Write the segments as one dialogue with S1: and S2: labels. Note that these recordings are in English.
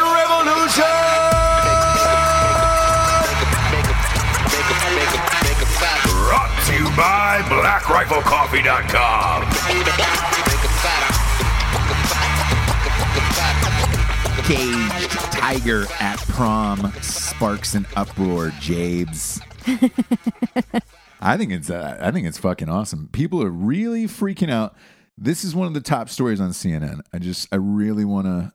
S1: Revolution! Brought to you by BlackRifleCoffee.com.
S2: caged tiger at prom sparks an uproar jabes i think it's uh, i think it's fucking awesome people are really freaking out this is one of the top stories on cnn i just i really want to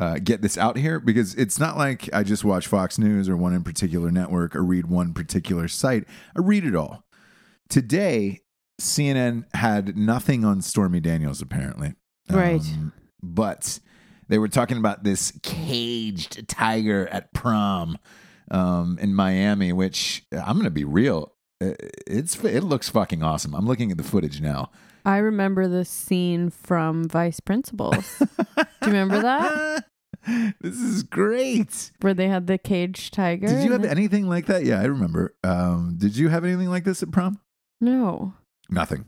S2: uh, get this out here because it's not like i just watch fox news or one in particular network or read one particular site i read it all today cnn had nothing on stormy daniels apparently
S3: Right.
S2: Um, but they were talking about this caged tiger at prom um, in Miami, which I'm going to be real. uh, It's it looks fucking awesome. I'm looking at the footage now.
S4: I remember the scene from Vice Principals. Do you remember that?
S2: this is great.
S4: Where they had the caged tiger.
S2: Did you
S4: and
S2: have
S4: it-
S2: anything like that? Yeah, I remember. Um, did you have anything like this at prom?
S4: No.
S2: Nothing.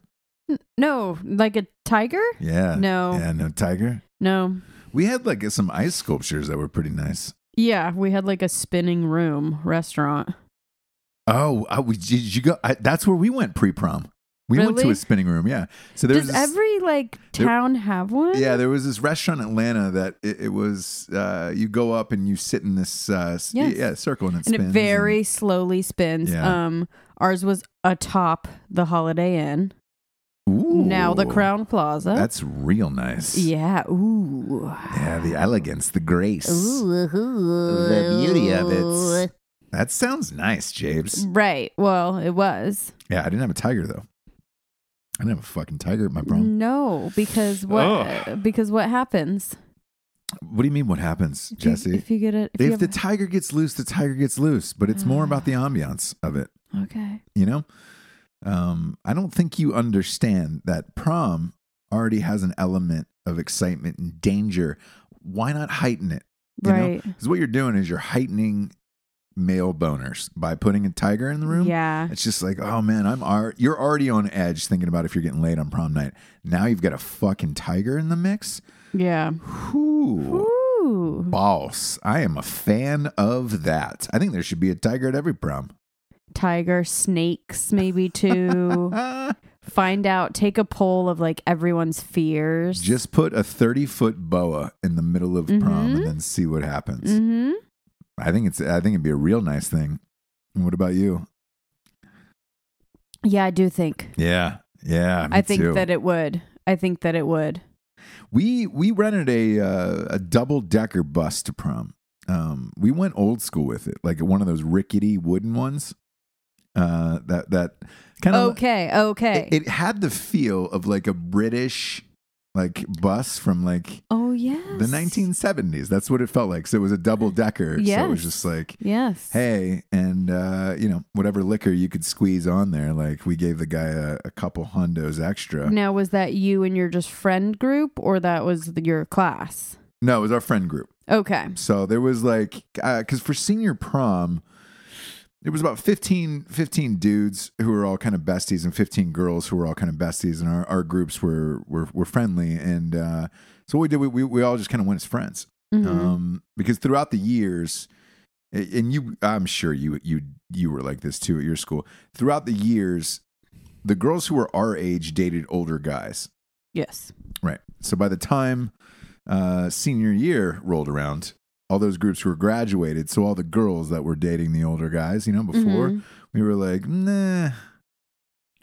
S4: No. Like a tiger?
S2: Yeah.
S4: No.
S2: Yeah, no tiger.
S4: No.
S2: We had like some ice sculptures that were pretty nice.
S4: Yeah, we had like a spinning room restaurant.
S2: Oh, I, we, did you go? I, that's where we went pre prom. We went to
S4: Really?
S2: a spinning room. Yeah. So there
S4: Does
S2: was this-
S4: every like
S2: there-
S4: town have one?
S2: Yeah, there was this restaurant in Atlanta that it, it was. Uh, you go up and you sit in this uh, s-
S4: Yes.
S2: yeah circle and it
S4: and
S2: spins.
S4: it very slowly spins.
S2: Yeah.
S4: Um ours was atop the Holiday Inn.
S2: and- Ooh,
S4: Now the Crown Plaza.
S2: That's real nice.
S4: yeah. Ooh.
S2: Yeah, the elegance, the grace, the beauty of it. That sounds nice, James.
S4: Right. Well, it was.
S2: Yeah, I didn't have a tiger though. I didn't have a fucking tiger at my
S4: Mm.
S2: prom.
S4: No, because what?
S1: Ugh.
S4: Because what happens,
S2: What do you mean? What happens,
S4: If you-
S2: Jesse?
S4: If you get it, if,
S2: if
S4: you
S2: the
S4: have, Ah.
S2: tiger gets loose, the tiger gets loose. But it's more about the ambiance of it.
S4: okay,
S2: you know um i don't think you understand that prom already has an element of excitement and danger why not heighten it you
S4: right,
S2: because what you're doing is you're heightening male boners by putting a tiger in the room
S4: yeah,
S2: it's just like oh man i'm ar- you're already on edge thinking about if you're getting laid on prom night now you've got a fucking tiger in the mix
S4: yeah.
S2: Whoo.
S4: Ooh,
S2: boss i am a fan of that i think there should be a tiger at every prom
S4: tiger, snakes, maybe too.
S2: Ah,
S4: Find out. Take a poll of like everyone's fears.
S2: Just put a 30 foot boa in the middle of prom and
S4: Mhm.
S2: then see what happens.
S4: hmm
S2: I think it's I think it'd be a real nice thing. And what about you?
S4: Yeah, I do think.
S2: Yeah. Yeah.
S4: I think that it would. I think that it would.
S2: we we rented a uh, a double decker bus to prom. Um, we went old school with it, like one of those rickety wooden ones. Uh, that that kind of
S4: Okay, okay.
S2: it, it had the feel of like a British like bus from like
S4: oh yes.
S2: the 1970s. That's what it felt like. So it was a double decker. So it was
S4: Yes.
S2: just like,
S4: Yes.
S2: hey, and uh, you know, whatever liquor you could squeeze on there. Like we gave the guy a, a couple hundos extra.
S4: Now was that you and your just friend group, or that was the, your class?
S2: No, it was our friend group.
S4: Okay.
S2: So there was like, because for senior prom, there was about 15, 15 dudes who were all kind of besties and 15 girls who were all kind of besties. And our, our groups were, were, were friendly. And uh, so what we did, we, we, we all just kind of went as friends.
S4: Mhm.
S2: Um, because throughout the years, a- and you, I'm sure you, you, you were like this too at your school. Throughout the years, the girls who were our age dated older guys.
S4: yes.
S2: Right. So by the time uh, senior year rolled around, all those groups were graduated. So all the girls that were dating the older guys, you know, before
S4: Mhm.
S2: we were like, nah,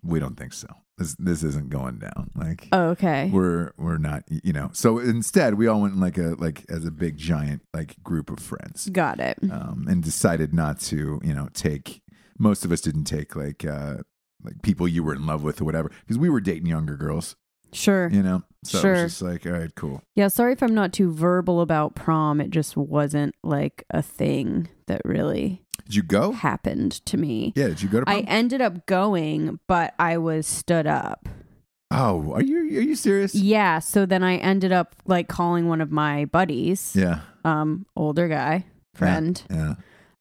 S2: we don't think so. This this isn't going down. Like
S4: okay.
S2: we're we're not, you know. So instead, we all went in like a like as a big giant like group of friends
S4: Got it.
S2: um, and decided not to, you know, take. Most of us didn't take like uh, like people you were in love with or whatever because we were dating younger girls,
S4: Sure.
S2: you know. So it was
S4: Sure.
S2: just like, all right, cool.
S4: Yeah, sorry if I'm not too verbal about prom. It just wasn't like a thing that really
S2: Did you go?
S4: happened to me.
S2: Yeah, did you go to
S4: I
S2: prom?
S4: ended up going, but I was stood up.
S2: oh, are you are you serious?
S4: Yeah, so then I ended up like calling one of my buddies,
S2: Yeah.
S4: um, older guy, friend.
S2: Yeah.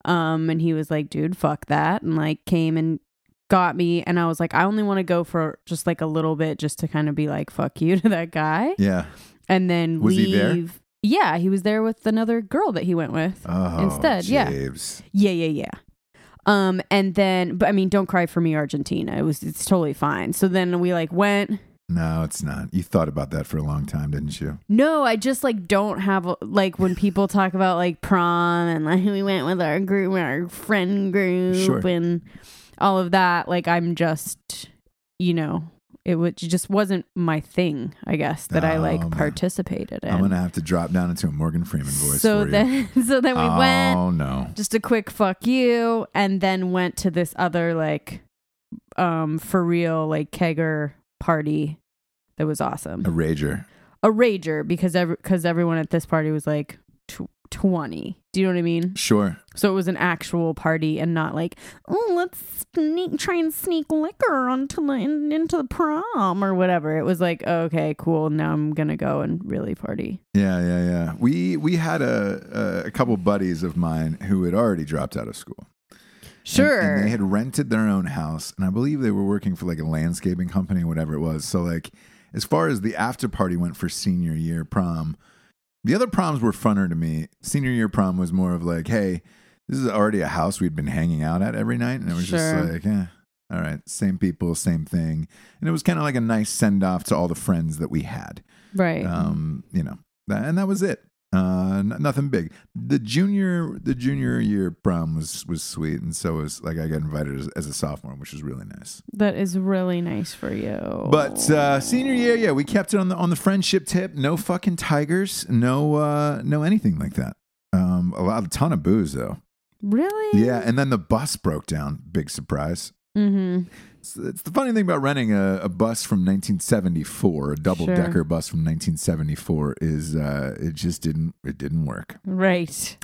S4: Um, and he was like, dude, fuck that. And like came and got me. And I was like, I only want to go for just like a little bit just to kind of be like, fuck you to that guy.
S2: Yeah.
S4: And then
S2: Was he
S4: leave.
S2: there?
S4: Yeah, he was there with another girl that he went with.
S2: Oh,
S4: Instead, yeah.
S2: James.
S4: Yeah, yeah, yeah. Um, and then, but I mean, don't cry for me, Argentina. It was, it's totally fine. So then we like went.
S2: No, it's not. You thought about that for a long time, didn't you?
S4: No, I just like don't have a- like when people talk about like prom and like we went with our group, our friend group,
S2: Sure.
S4: and all of that. Like I'm just, you know, it would it just wasn't my thing. I guess that I
S2: Oh,
S4: like
S2: man.
S4: participated in.
S2: I'm gonna have to drop down into a Morgan Freeman voice.
S4: so
S2: for you.
S4: then, so then we
S2: oh,
S4: went.
S2: no.
S4: just a quick fuck you and then went to this other like um for real like kegger party that was
S2: A
S4: awesome
S2: rager.
S4: a rager because every because everyone at this party was like tw- 20 do you know what i mean
S2: Sure.
S4: so it was an actual party and not like oh let's sneak try and sneak liquor onto the in, into the prom or whatever it was like okay cool now i'm gonna go and really party
S2: Yeah, yeah, yeah. We we had a a couple buddies of mine who had already dropped out of school. And-
S4: sure
S2: And, they had rented their own house, and I believe they were working for like a landscaping company, whatever it was. So like, as far as the after party went for senior year prom, the other proms were funner to me. Senior year prom was more of like, hey, this is already a house we'd been hanging out at every night, and it was
S4: Sure.
S2: just like, eh, all right, same people, same thing, and it was kind of like a nice send off to all the friends that we had.
S4: right
S2: Um, you know, that, and that was it. Uh, n- nothing big. The junior, the junior year prom was was sweet, and so was like I got invited as, as a sophomore, which was really nice.
S4: that is really nice for you
S2: But uh, senior year, yeah, we kept it on the on the friendship tip. No fucking tigers. No, uh, no anything like that. Um, a lot, a ton of booze though.
S4: Really?
S2: Yeah, and then the bus broke down. Big surprise.
S4: Mm-hmm.
S2: It's, it's the funny thing about renting a, a bus from 1974, a double decker
S4: Sure.
S2: bus from 1974, is uh, it just didn't it didn't work.
S4: Right.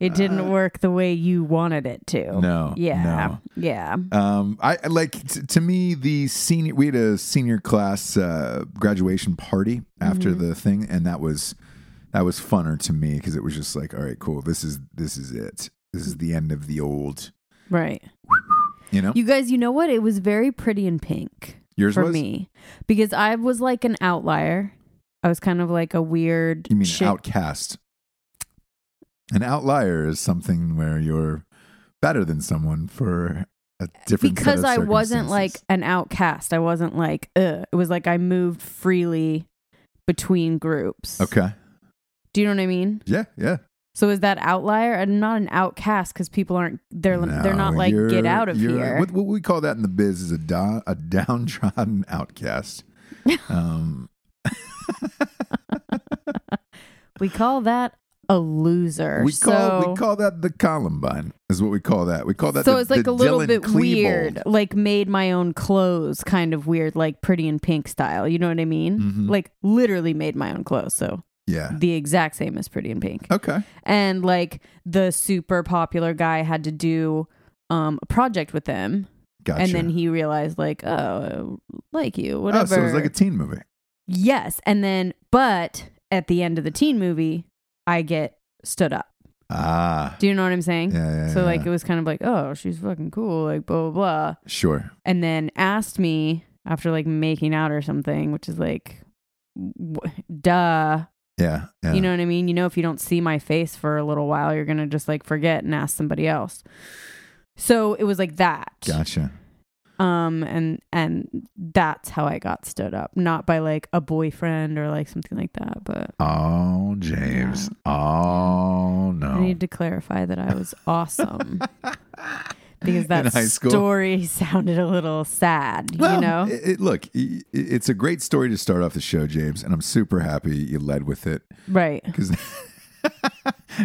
S4: it didn't work the way you wanted it to.
S2: No,
S4: Yeah. Yeah.
S2: Um, I I like t- to me the senior. We had a senior class uh, graduation party after
S4: Mm-hmm.
S2: the thing, and that was that was funner to me because it was just like, all right, cool. This is this is it. This is the end of the old.
S4: Right.
S2: You know,
S4: You guys, you know what? It was very pretty and pink
S2: yours
S4: for
S2: was.
S4: me because I was like an outlier. I was kind of like a weird.
S2: You mean
S4: chick-
S2: outcast? An outlier is something where you're better than someone for a different set
S4: because
S2: of
S4: I wasn't like
S2: circumstances.
S4: an outcast. I wasn't like Ugh. it was like I moved freely between groups.
S2: okay,
S4: Do you know what I mean?
S2: yeah, yeah.
S4: So is that outlier and not an outcast because people aren't they're they're
S2: No,
S4: not like get
S2: you're-
S4: out of
S2: you're-
S4: here.
S2: What, what we call that in the biz is a do, a downtrodden outcast. Um,
S4: We call that a loser.
S2: we call
S4: so,
S2: we call that the Columbine is what we call that. We call that.
S4: so
S2: the,
S4: it's like
S2: the
S4: a little
S2: Dylan
S4: bit
S2: Klebold.
S4: weird, like made my own clothes, kind of weird, like pretty in pink style. You know what I mean?
S2: Mhm.
S4: Like literally made my own clothes. So
S2: Yeah.
S4: the exact same as Pretty in Pink.
S2: Okay.
S4: And like the super popular guy had to do um, a project with them,
S2: Gotcha.
S4: and then he realized like, oh, I like you, whatever.
S2: Oh, so it was like a teen movie.
S4: yes, and then but at the end of the teen movie, I get stood up.
S2: Ah.
S4: Do you know what I'm saying?
S2: Yeah, yeah,
S4: so
S2: yeah,
S4: like
S2: yeah.
S4: it was kind of like, oh, she's fucking cool, like blah blah blah.
S2: Sure.
S4: and then asked me after like making out or something, which is like, w- duh.
S2: Yeah. yeah.
S4: You know what I mean? You know, if you don't see my face for a little while, you're going to just like forget and ask somebody else. So it was like that.
S2: Gotcha.
S4: Um, and, and that's how I got stood up, not by like a boyfriend or like something like that. But
S2: Oh, James. Oh no.
S4: I need to clarify that I was awesome because
S2: In
S4: that
S2: high school.
S4: story sounded a little sad, you know?
S2: it, it- look, i- i- it's a great story to start off the show, James, and I'm super happy you led with it
S4: right.
S2: because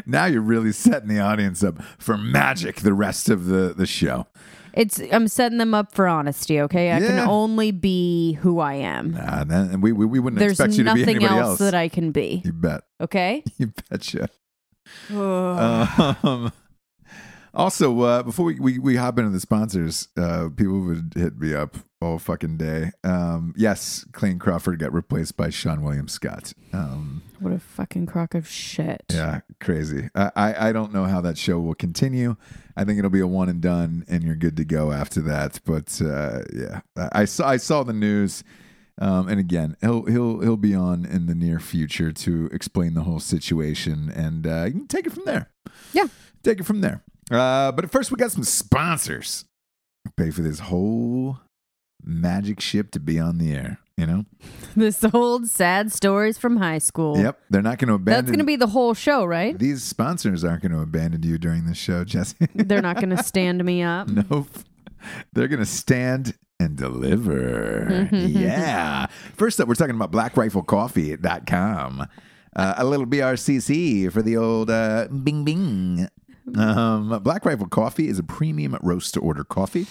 S2: now you're really setting the audience up for magic the rest of the the show.
S4: It's I'm setting them up for honesty, okay? I
S2: Yeah.
S4: can only be who I am.
S2: Nah, and, Ah, then, and we, we we wouldn't
S4: There's
S2: expect you to be
S4: nothing
S2: anybody
S4: else,
S2: else.
S4: that I can be.
S2: you bet.
S4: Okay?
S2: You betcha.
S4: Ugh.
S2: Um, also, uh, before we, we, we hop into the sponsors, uh, people would hit me up all fucking day. Um, yes, Clayne Crawford got replaced by Sean William Scott. Um,
S4: what a fucking crock of shit.
S2: yeah, crazy. I, I, I don't know how that show will continue. I think it'll be a one and done, and you're good to go after that. But uh, yeah, I, I saw I saw the news. Um, and again, he'll he'll he'll be on in the near future to explain the whole situation, and uh, you can take it from there
S4: Yeah.
S2: take it from there. Uh, but first, we got some sponsors. Pay for this whole magic ship to be on the air. You know.
S4: This old sad stories from high school.
S2: Yep. They're not going to abandon.
S4: That's going to be the whole show, right?
S2: These sponsors aren't going to abandon you during this show, Jesse.
S4: They're not going to stand me up.
S2: nope. They're going to stand and deliver.
S4: Mm-hmm.
S2: yeah. First up, we're talking about blackriflecoffee.com. Uh, a little BRCC for the old uh, bing bing. Um, Black Rifle Coffee is a premium roast to order coffee.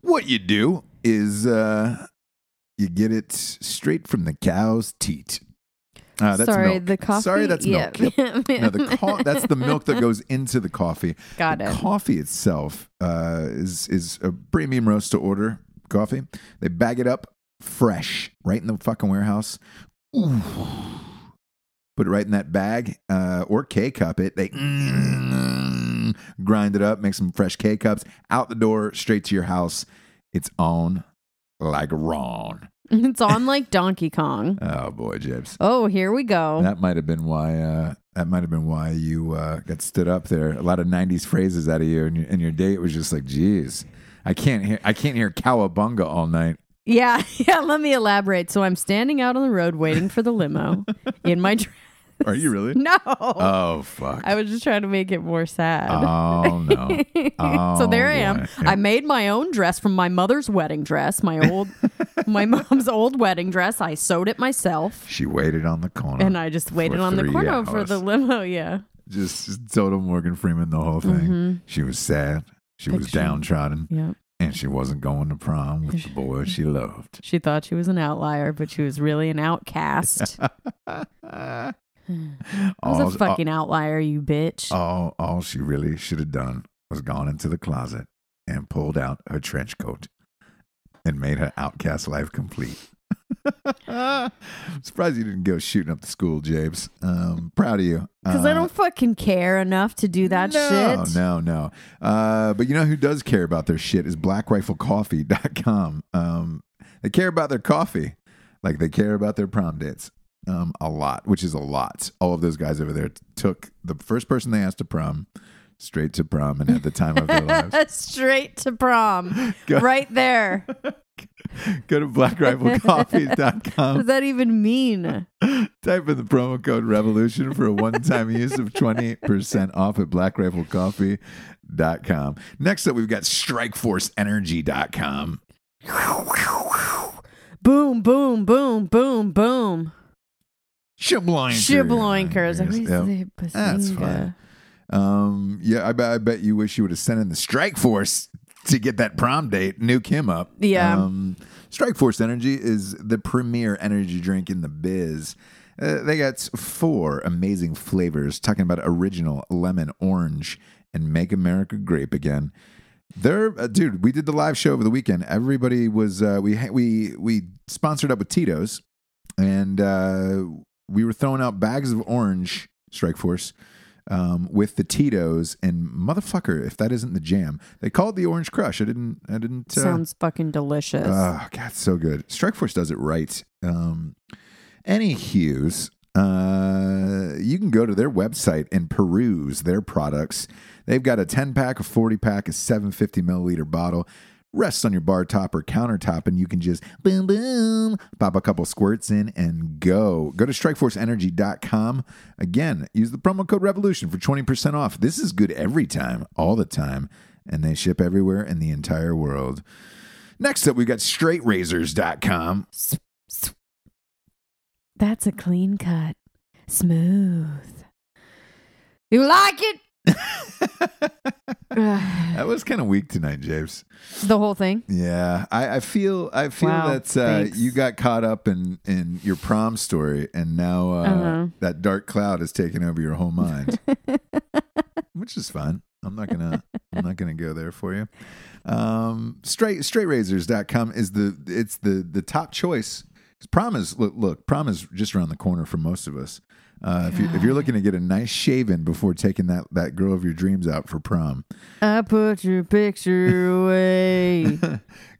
S2: What you do is uh, you get it straight from the cow's teat. Uh, that's
S4: Sorry,
S2: milk.
S4: the coffee.
S2: Sorry, that's
S4: yeah.
S2: milk. Yep. No, the co- that's the milk that goes into the coffee.
S4: Got
S2: the
S4: it.
S2: Coffee itself uh, is is a premium roast to order coffee. They bag it up fresh, right in the fucking warehouse. Ooh. Put it right in that bag uh, or K cup it. They grind it up, make some fresh K cups out the door, straight to your house. It's on like Ron.
S4: it's on like Donkey Kong.
S2: Oh boy, Jibs.
S4: Oh, here we go.
S2: That might have been why. Uh, that might have been why you uh, got stood up there. A lot of '90s phrases out of you, and your, and your date was just like, "Geez, I can't hear. I can't hear cowabunga all night."
S4: Yeah, yeah. Let me elaborate. So I'm standing out on the road waiting for the limo in my. Tra-
S2: Are you really?
S4: no,
S2: Oh fuck.
S4: I was just trying to make it more sad.
S2: oh no.
S4: so
S2: Oh,
S4: there I am.
S2: boy.
S4: I made my own dress from my mother's wedding dress, my old, my mom's old wedding dress. I sewed it myself,
S2: She waited on the corner,
S4: and I just waited
S2: For
S4: on the
S2: three
S4: corner for
S2: hours.
S4: the limo. Yeah,
S2: just, just total Morgan Freeman the whole thing. She was sad. She was
S4: Mm-hmm. Picture.
S2: downtrodden,
S4: yeah.
S2: and she wasn't going to prom with the boy she loved.
S4: She thought she was an outlier, but she was really an outcast. I was
S2: All's-
S4: a fucking outlier, you bitch.
S2: All all she really should have done was gone into the closet and pulled out her trench coat and made her outcast life complete. I'm surprised you didn't go shooting up the school, James. Um, proud of you.
S4: Because I
S2: Uh,
S4: don't fucking care enough to do that
S2: no,
S4: shit.
S2: No, no. Uh, but you know who does care about their shit is blackriflecoffee.com. Um, they care about their coffee like they care about their prom dates um, a lot, which is a lot. All of those guys over there t- took the first person they asked to prom straight to prom and had the time of their lives.
S4: Straight to prom,
S2: Go-
S4: right there.
S2: Go to blackriflecoffee.com.
S4: What does that even mean?
S2: Type in the promo code revolution for a one-time use of 28% off at blackriflecoffee.com. Next up, we've got strikeforceenergy.com.
S4: boom, boom, boom, boom, boom.
S2: Shibloinkers.
S4: Shibloinkers. I always say
S2: That's fine.
S4: bazinga.
S2: Um, yeah, I, bet- I bet you wish you would have sent in the strike force to get that prom date, nuke him up.
S4: Yeah.
S2: Um, strike force energy is the premier energy drink in the biz. Uh, they got four amazing flavors, talking about original lemon, orange, and make America grape again. They're uh, dude. We did the live show over the weekend. Everybody was uh, we ha- we we sponsored up with Tito's, and uh, we were throwing out bags of orange Strike Force um, with the Tito's, and motherfucker, if that isn't the jam, they call it the Orange Crush. I didn't. I didn't. Uh,
S4: Sounds fucking delicious.
S2: Oh God, so good. Strike Force does it right. Um, any Hughes, uh, you can go to their website and peruse their products. They've got a 10 pack, a 40 pack, a 750 milliliter bottle. Rests on your bar top or countertop, and you can just boom, boom, pop a couple squirts in and go. Go to strikeforceenergy.com. Again, use the promo code REVOLUTION for 20% off. This is good every time, all the time, and they ship everywhere in the entire world. Next up, we've got straightrazors.com.
S4: That's a clean cut. Smooth. You like it? Ugh.
S2: That was kind of weak tonight, James.
S4: the whole thing.
S2: Yeah, I, I feel I feel
S4: Wow,
S2: that uh,
S4: thanks.
S2: you got caught up in in your prom story, and now uh,
S4: Uh-huh.
S2: that dark cloud has taken over your whole mind, which is fine. I'm not gonna I'm not gonna go there for you. Um, straight straightrazors.com is the it's the the top choice. 'Cause Prom is look, look prom is just around the corner for most of us. Uh, if, you, if you're looking to get a nice shaven before taking that, that girl of your dreams out for prom,
S4: I put your picture away.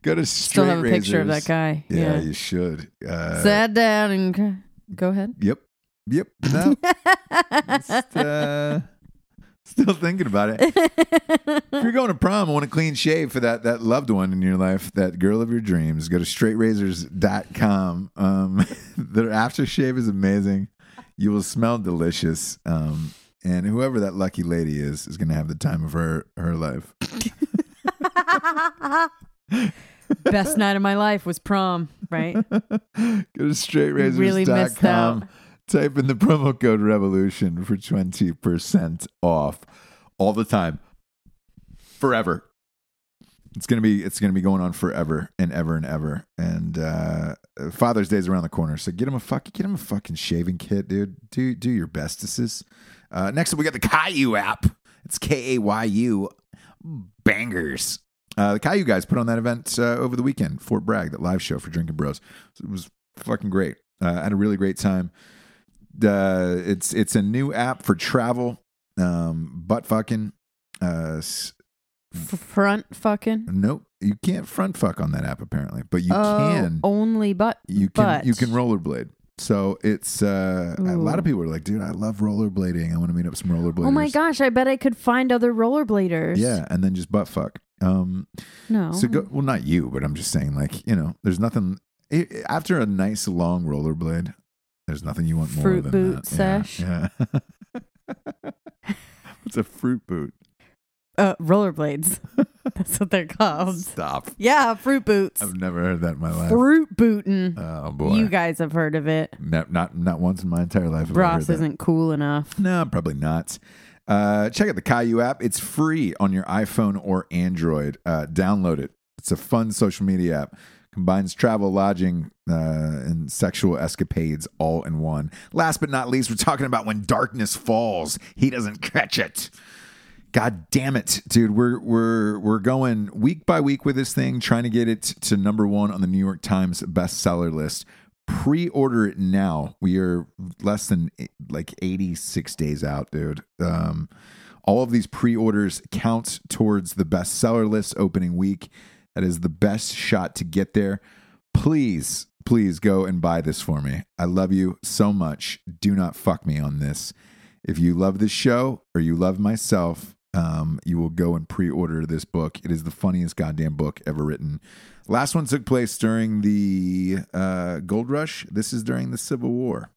S2: Go to straight
S4: Still have a picture of that
S2: razors.
S4: guy.
S2: Yeah,
S4: Yeah.
S2: you should. Uh,
S4: Sat down and c- go ahead.
S2: Yep. Yep. No. Just, uh, still thinking about it. if you're going to prom, I want a clean shave for that that loved one in your life, that girl of your dreams. Go to straightrazors.com. Um, their aftershave is amazing. You will smell delicious. Um, and whoever that lucky lady is is going to have the time of her her life.
S4: Best night of my life was prom, right?
S2: Go to straightrazors.com.
S4: really missed out.
S2: Type in the promo code revolution for 20% off all the time. Forever. It's gonna be it's gonna be going on forever and ever and ever. And uh, Father's Day's around the corner, so get him a fuck get him a fucking shaving kit, dude. Do do your bestesses. Uh, next up, we got the Caillou app. It's K A Y U bangers. Uh, the Caillou guys put on that event uh, over the weekend, Fort Bragg, that live show for Drinking Bros. It was fucking great. Uh, I had a really great time. Uh, it's it's a new app for travel, um, butt fucking. Uh, s-
S4: F- front fucking.
S2: nope, you can't front fuck on that app apparently, but you
S4: oh,
S2: can.
S4: only but
S2: You can
S4: but.
S2: you can rollerblade. So it's uh, a lot of
S4: Ooh.
S2: people are like, dude, I love rollerblading. I want to meet up some rollerbladers.
S4: Oh my gosh! I bet I could find other rollerbladers.
S2: Yeah, and then just butt fuck. Um,
S4: No.
S2: So go well, not you, but I'm just saying, like you know, there's nothing i- i- after a nice long rollerblade. There's nothing you want more
S4: Fruit
S2: than
S4: boot
S2: that.
S4: sesh.
S2: Yeah. yeah. What's a fruit boot?
S4: uh, rollerblades. That's what they're called.
S2: Stop.
S4: Yeah, fruit boots.
S2: I've never heard that in my life.
S4: Um, Fruit bootin'.
S2: oh boy.
S4: you guys have heard of it.
S2: no, not not once in my entire life. have I heard
S4: Ross
S2: that.
S4: isn't cool enough.
S2: No, probably not. Uh, check out the Caillou app. It's free on your iPhone or Android. Uh, download it. It's a fun social media app. Combines travel, lodging, uh, and sexual escapades all in one. Last but not least, we're talking about when darkness falls, he doesn't catch it. God damn it, dude. We're we're we're going week by week with this thing, trying to get it to number one on the New York Times bestseller list. Pre-order it now. We are less than eh, like 86 days out, dude. Um, all of these pre-orders count towards the bestseller list opening week. That is the best shot to get there. Please, please go and buy this for me. I love you so much. Do not fuck me on this if you love this show or you love myself, um, you will go and pre-order this book. It is the funniest goddamn book ever written. Last one took place during the uh, Gold Rush. This is during the Civil War.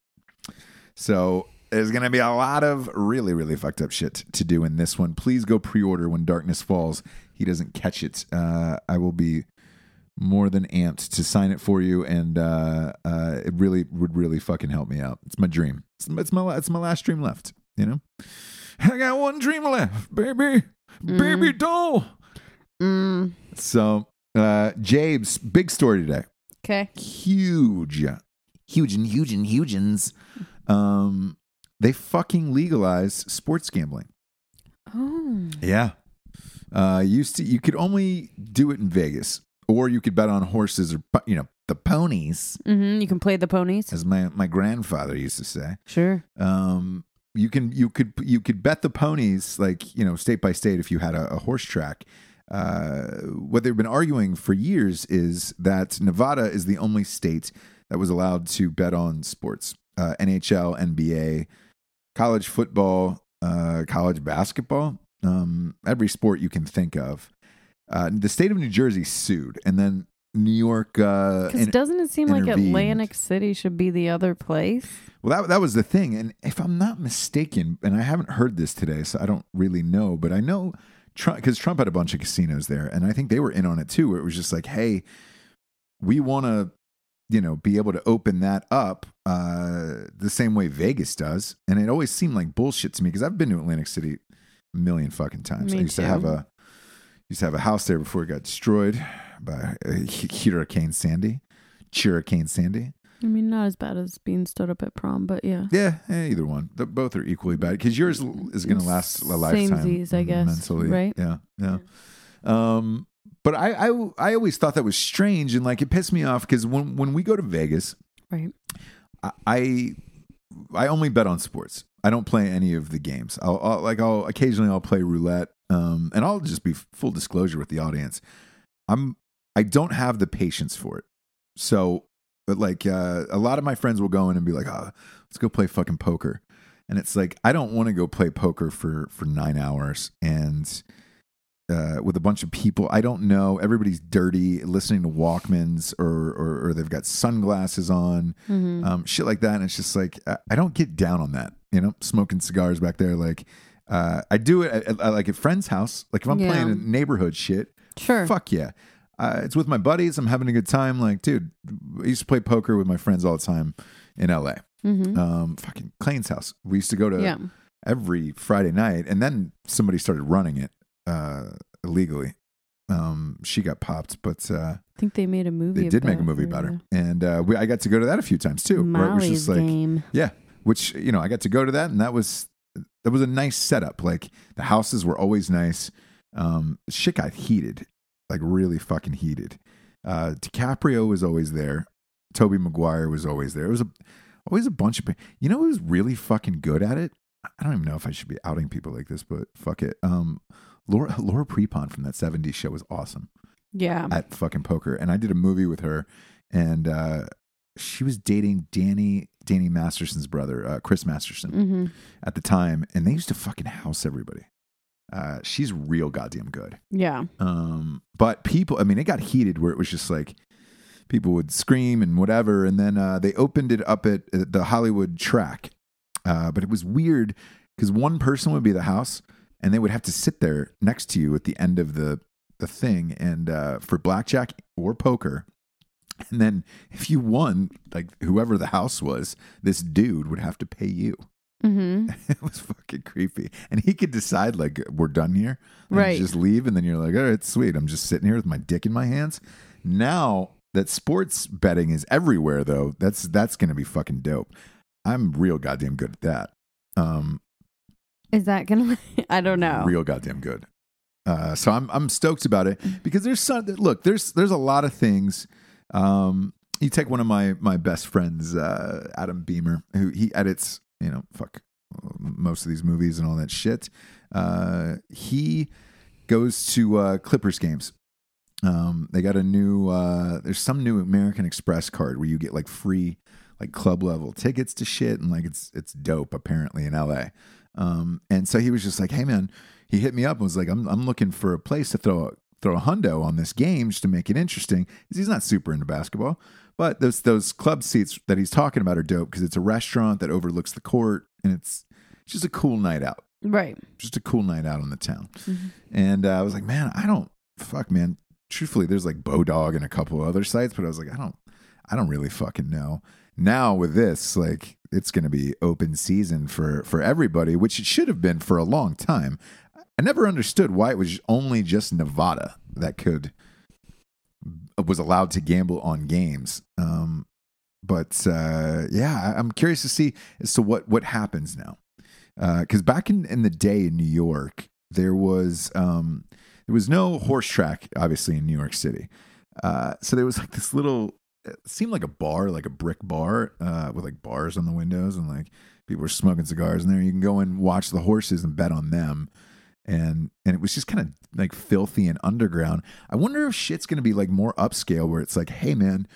S2: So there's going to be a lot of really, really fucked up shit to do in this one. Please go pre-order when darkness falls. He doesn't catch it. Uh, I will be more than amped to sign it for you, and uh, uh, it really would really fucking help me out. It's my dream. It's, it's my it's my last dream left. You know, I got one dream left, baby, baby doll.
S4: Mm.
S2: So, uh, Jabe's big story today.
S4: Okay.
S2: Huge, huge and huge and hugeins. um, they fucking legalized sports gambling.
S4: Oh.
S2: Yeah. Uh, used to you could only do it in Vegas, or you could bet on horses or po- you know the ponies,
S4: Mm-hmm. You can play the ponies.
S2: as my my grandfather used to say.
S4: Sure.
S2: Um, you can you could you could bet the ponies like you know state by state if you had a, a horse track. Uh, what they've been arguing for years is that Nevada is the only state that was allowed to bet on sports: uh, NHL, NBA, college football, uh, college basketball, um, every sport you can think of. Uh, the state of New Jersey sued, and then New York. Uh,
S4: Because
S2: and-
S4: doesn't it seem like
S2: intervened.
S4: Atlantic City should be the other place?
S2: well, that, that was the thing. And if I'm not mistaken, and I haven't heard this today, so I don't really know, but I know Trump, because Trump had a bunch of casinos there, and I think they were in on it too, where it was just like, hey, we want to, you know, be able to open that up uh, the same way Vegas does. And it always seemed like bullshit to me because I've been to Atlantic City a million fucking times.
S4: Me
S2: I used
S4: too.
S2: to have a. Used to have a house there before it got destroyed by uh, Hurricane Sandy, Hurricane Sandy.
S4: I mean, not as bad as being stood up at prom, but yeah.
S2: Yeah, eh, either one. The, both are equally bad because yours l- is going to last a lifetime.
S4: Samesies, I guess,
S2: Mentally,
S4: right?
S2: Yeah, yeah. Um, but I, I, I always thought that was strange, and like it pissed me off because when when we go to Vegas,
S4: Right.
S2: I- I I only bet on sports. I don't play any of the games. I'll, I'll like I'll occasionally I'll play roulette. Um, and I'll just be full disclosure with the audience. I'm I don't have the patience for it. So, but like uh, a lot of my friends will go in and be like, "Ah, let's go play fucking poker," and it's like I don't want to go play poker for for nine hours and. Uh, with a bunch of people I don't know, everybody's dirty, listening to Walkmans, or or, or they've got sunglasses on
S4: Mm-hmm.
S2: um, shit like that. And it's just like I, I don't get down on that. You know, smoking cigars back there. Like uh, I do it at, at, like at friend's house. Like if I'm
S4: Yeah.
S2: playing neighborhood shit,
S4: Sure.
S2: fuck yeah. Uh, it's with my buddies. I'm having a good time. Like, dude, I used to play poker with my friends all the time in LA.
S4: Mm-hmm.
S2: Um, fucking Clayton's house. We used to go to
S4: yeah.
S2: every Friday night, and then somebody started running it uh, illegally. Um, she got popped, but uh,
S4: I think they made a movie.
S2: they did make a
S4: about
S2: movie
S4: her,
S2: about her,
S4: yeah.
S2: and uh, we, I got to go to that a few times too. where it was
S4: Molly's
S2: just like,
S4: game.
S2: yeah, which you know, I got to go to that, and that was that was a nice setup. Like the houses were always nice. Um, shit got heated, like really fucking heated. Uh, DiCaprio was always there. Toby Maguire was always there. It was a, always a bunch of pe- you know who was really fucking good at it. I don't even know if I should be outing people like this, but fuck it. Um, Laura Laura Prepon from that '70s show was awesome
S4: Yeah.
S2: at fucking poker and i did a movie with her and uh she was dating danny danny masterson's brother uh, chris masterson
S4: Mm-hmm.
S2: at the time and they used to fucking house everybody uh she's real goddamn good
S4: Yeah.
S2: um but people i mean it got heated where it was just like people would scream and whatever and then uh they opened it up at, at the hollywood track uh but it was weird because one person would be the house and they would have to sit there next to you at the end of the the thing and uh for blackjack or poker and then if you won like whoever the house was this dude would have to pay you
S4: Mm-hmm.
S2: it was fucking creepy. And he could decide like we're done here. and
S4: Right.
S2: Just leave and then you're like, all right, sweet. I'm just sitting here with my dick in my hands. Now that sports betting is everywhere though, that's that's gonna be fucking dope. I'm real goddamn good at that. Um
S4: Is that gonna? I don't know.
S2: real goddamn good. Uh, so I'm I'm stoked about it because there's some look there's there's a lot of things. Um, you take one of my my best friends, uh, Adam Beamer, who he edits you know fuck most of these movies and all that shit. Uh, he goes to uh, Clippers games. Um, they got a new uh, there's some new American Express card where you get like free like club level tickets to shit and like it's it's dope apparently in LA. Um, and so he was just like, "Hey man," he hit me up and was like, "I'm I'm looking for a place to throw a, throw a hundo on this game just to make it interesting." 'Cause He's not super into basketball, but those those club seats that he's talking about are dope because it's a restaurant that overlooks the court and it's it's just a cool night out
S4: Right.
S2: just a cool night out on the town. And uh, I was like, man, I don't fuck, man. Truthfully, there's like Bodog and a couple other sites, but I was like, I don't, I don't really fucking know. Now with this, like, it's going to be open season for for everybody, which it should have been for a long time. I never understood why it was only just Nevada uh, that could was allowed to gamble on games. Um, but uh, yeah, I- I'm curious to see as to what what happens now. Because Uh, back in, in the day in New York, there was um, there was no horse track, obviously in New York City. Uh, so there was like this little, it seemed like a bar, like a brick bar uh, with like bars on the windows, and like people were smoking cigars in there. You can go and watch the horses and bet on them. And and it was just kind of like filthy and underground. I wonder if shit's gonna be like more upscale, where it's like, hey man,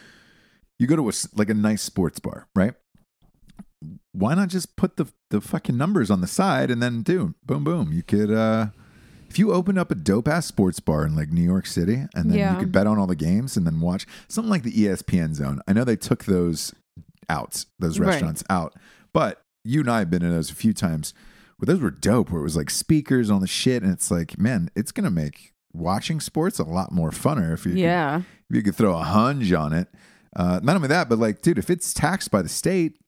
S2: you go to a s like a nice sports bar, right? Why not just put the the fucking numbers on the side and then do boom boom? You could uh if you opened up a dope ass sports bar in like New York City and then
S4: Yeah.
S2: you could bet on all the games and then watch something like the E ESPN zone. I know they took those out, those
S4: Right.
S2: restaurants out, but you and I have been in those a few times where those were dope, where it was like speakers on the shit, and it's like, man, it's gonna make watching sports a lot more funner if you can
S4: Yeah.
S2: if you could throw a hunge on it. Uh, not only that, but like, dude, if it's taxed by the state,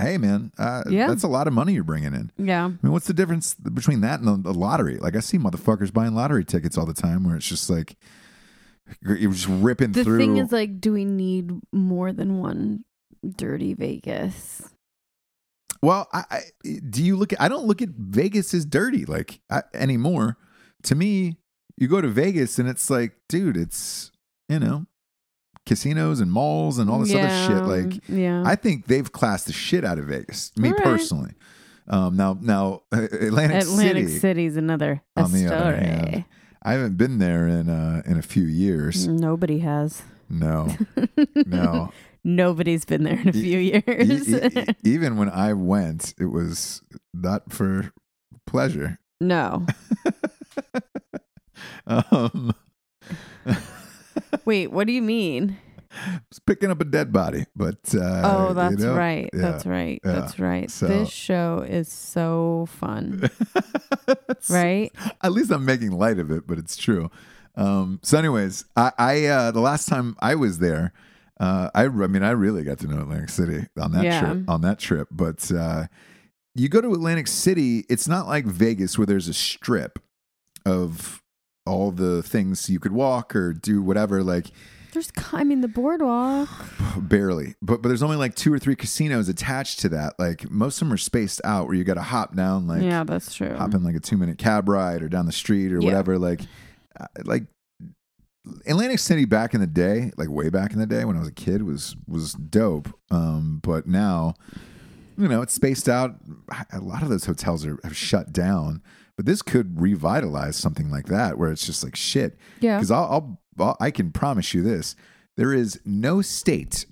S2: hey, man, uh,
S4: Yeah.
S2: that's a lot of money you're bringing in.
S4: Yeah.
S2: I mean, what's the difference between that and the, the lottery? Like, I see motherfuckers buying lottery tickets all the time where it's just like, you're just ripping
S4: The
S2: through.
S4: thing is, like, do we need more than one dirty Vegas?
S2: well, I, I, do you look at, I don't look at Vegas as dirty like I, anymore. To me, you go to Vegas and it's like, dude, it's, you know, casinos and malls and all this other shit. Like,
S4: yeah.
S2: I think they've classed the shit out of Vegas. Me
S4: All right.
S2: personally. Um, now, now uh, Atlantic,
S4: Atlantic
S2: City,
S4: City's another
S2: on the
S4: story.
S2: other hand. I haven't been there in uh, in a few
S4: Mm.
S2: years.
S4: Nobody has.
S2: No, no.
S4: Nobody's been there in a
S2: E-
S4: few
S2: E-
S4: years.
S2: e- e- even when I went, it was not for pleasure.
S4: no.
S2: Um,
S4: Wait, what do you mean?
S2: it's picking up a dead body, but uh,
S4: Oh,
S2: you
S4: that's
S2: know,
S4: right.
S2: yeah.
S4: That's right.
S2: yeah.
S4: That's right.
S2: So-
S4: This show is so fun, right?
S2: at least I'm making light of it, but it's true. Um, so, anyways, I, I uh, the last time I was there, uh, I, I mean, I really got to know Atlantic City on that
S4: Yeah.
S2: trip. On that trip, but uh, you go to Atlantic City, it's not like Vegas where there's a strip of all the things you could walk or do whatever. Like
S4: There's, co- I mean, the boardwalk.
S2: barely, but but there's only like two or three casinos attached to that. Like most of them are spaced out where you got to hop down like
S4: yeah, that's true.
S2: hop in like a two minute cab ride or down the street or
S4: Yeah.
S2: whatever. Like, uh, like Atlantic City back in the day, like way back in the day when I was a kid, was was dope. Um, but now, you know, it's spaced out. A lot of those hotels are have shut down. But this could revitalize something like that, where it's just like shit.
S4: Yeah.
S2: Because I'll, I'll, I'll, I can promise you this: there is no state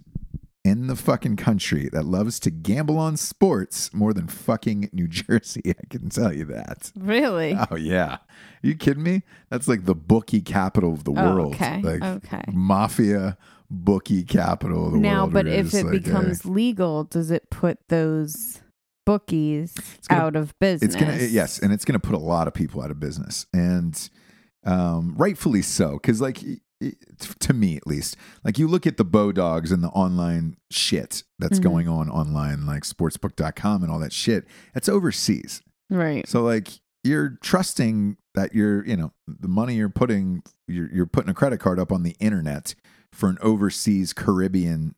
S2: in the fucking country that loves to gamble on sports more than fucking New Jersey. I can tell you that.
S4: Really?
S2: Oh yeah, you kidding me? That's like the bookie capital of the
S4: Oh,
S2: world.
S4: okay.
S2: Like
S4: Okay.
S2: mafia bookie capital of the
S4: now,
S2: world.
S4: but
S2: where
S4: if
S2: it's
S4: it
S2: like, uh,
S4: becomes
S2: hey,
S4: legal, does it put those bookies
S2: gonna-
S4: out of business?
S2: it's gonna yes, and it's gonna put a lot of people out of business, and um, rightfully so, because like. y- y- To me, at least, like you look at the bow dogs and the online shit that's
S4: Mm-hmm.
S2: going on online, like sportsbook.com and all that shit, that's overseas.
S4: Right.
S2: So like you're trusting that you're, you know, the money you're putting you're you're putting a credit card up on the internet for an overseas Caribbean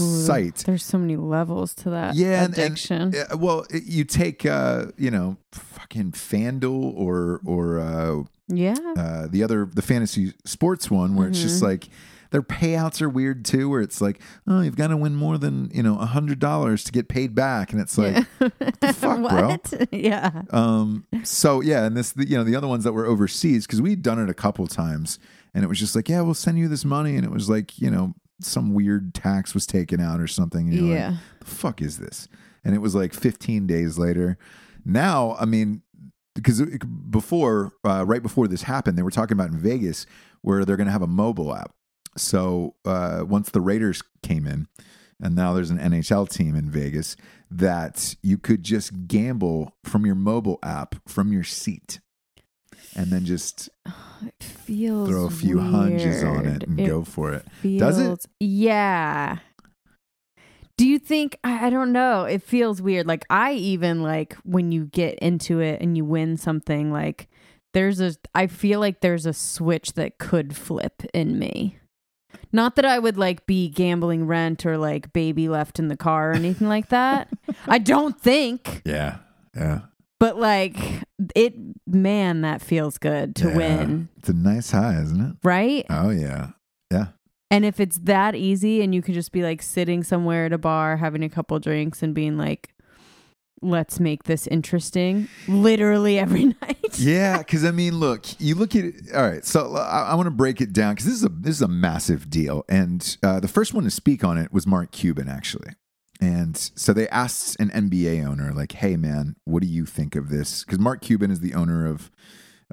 S4: Ooh,
S2: site.
S4: There's so many levels to that
S2: Yeah, and- and-
S4: addiction.
S2: Yeah, well, it- you take uh, you know, fucking FanDuel or or uh,
S4: yeah.
S2: uh the other the fantasy sports one where it's just like their payouts are weird too, where it's like, oh, you've got to win more than, you know, a hundred dollars to get paid back. And it's like, the fuck, bro?
S4: What? Yeah.
S2: Um. So yeah, and this, the, you know, the other ones that were overseas because we'd done it a couple times, and it was just like, yeah, we'll send you this money, and it was like, you know, some weird tax was taken out or something. And you're
S4: Yeah.
S2: Like, the fuck is this? And it was like 15 days later. Now, I mean, because it- before, uh, right before this happened, they were talking about in Vegas where they're going to have a mobile app. So uh, once the Raiders came in, and now there's an NHL team in Vegas that you could just gamble from your mobile app from your seat, and then just
S4: It feels
S2: throw a few hunches on it
S4: weird.
S2: and go for it.
S4: feels,
S2: Does it?
S4: Yeah. Do you think I, I don't know, it feels weird. Like I even like when you get into it and you win something like there's a I feel like there's a switch that could flip in me. Not that I would like be gambling rent or like baby left in the car or anything like that. I don't think,
S2: Yeah. Yeah.
S4: but like it, man, that feels good to
S2: Yeah.
S4: win,
S2: It's a nice high, isn't it?
S4: right?
S2: Oh, yeah. Yeah.
S4: And if it's that easy and you could just be like sitting somewhere at a bar having a couple drinks and being like, let's make this interesting literally every night.
S2: Yeah, because I mean, look, you look at it. All right, so uh, I, I want to break it down because this is a this is a massive deal, and uh, the first one to speak on it was Mark Cuban actually, and so they asked an NBA owner like, "Hey, man, what do you think of this?" Because Mark Cuban is the owner of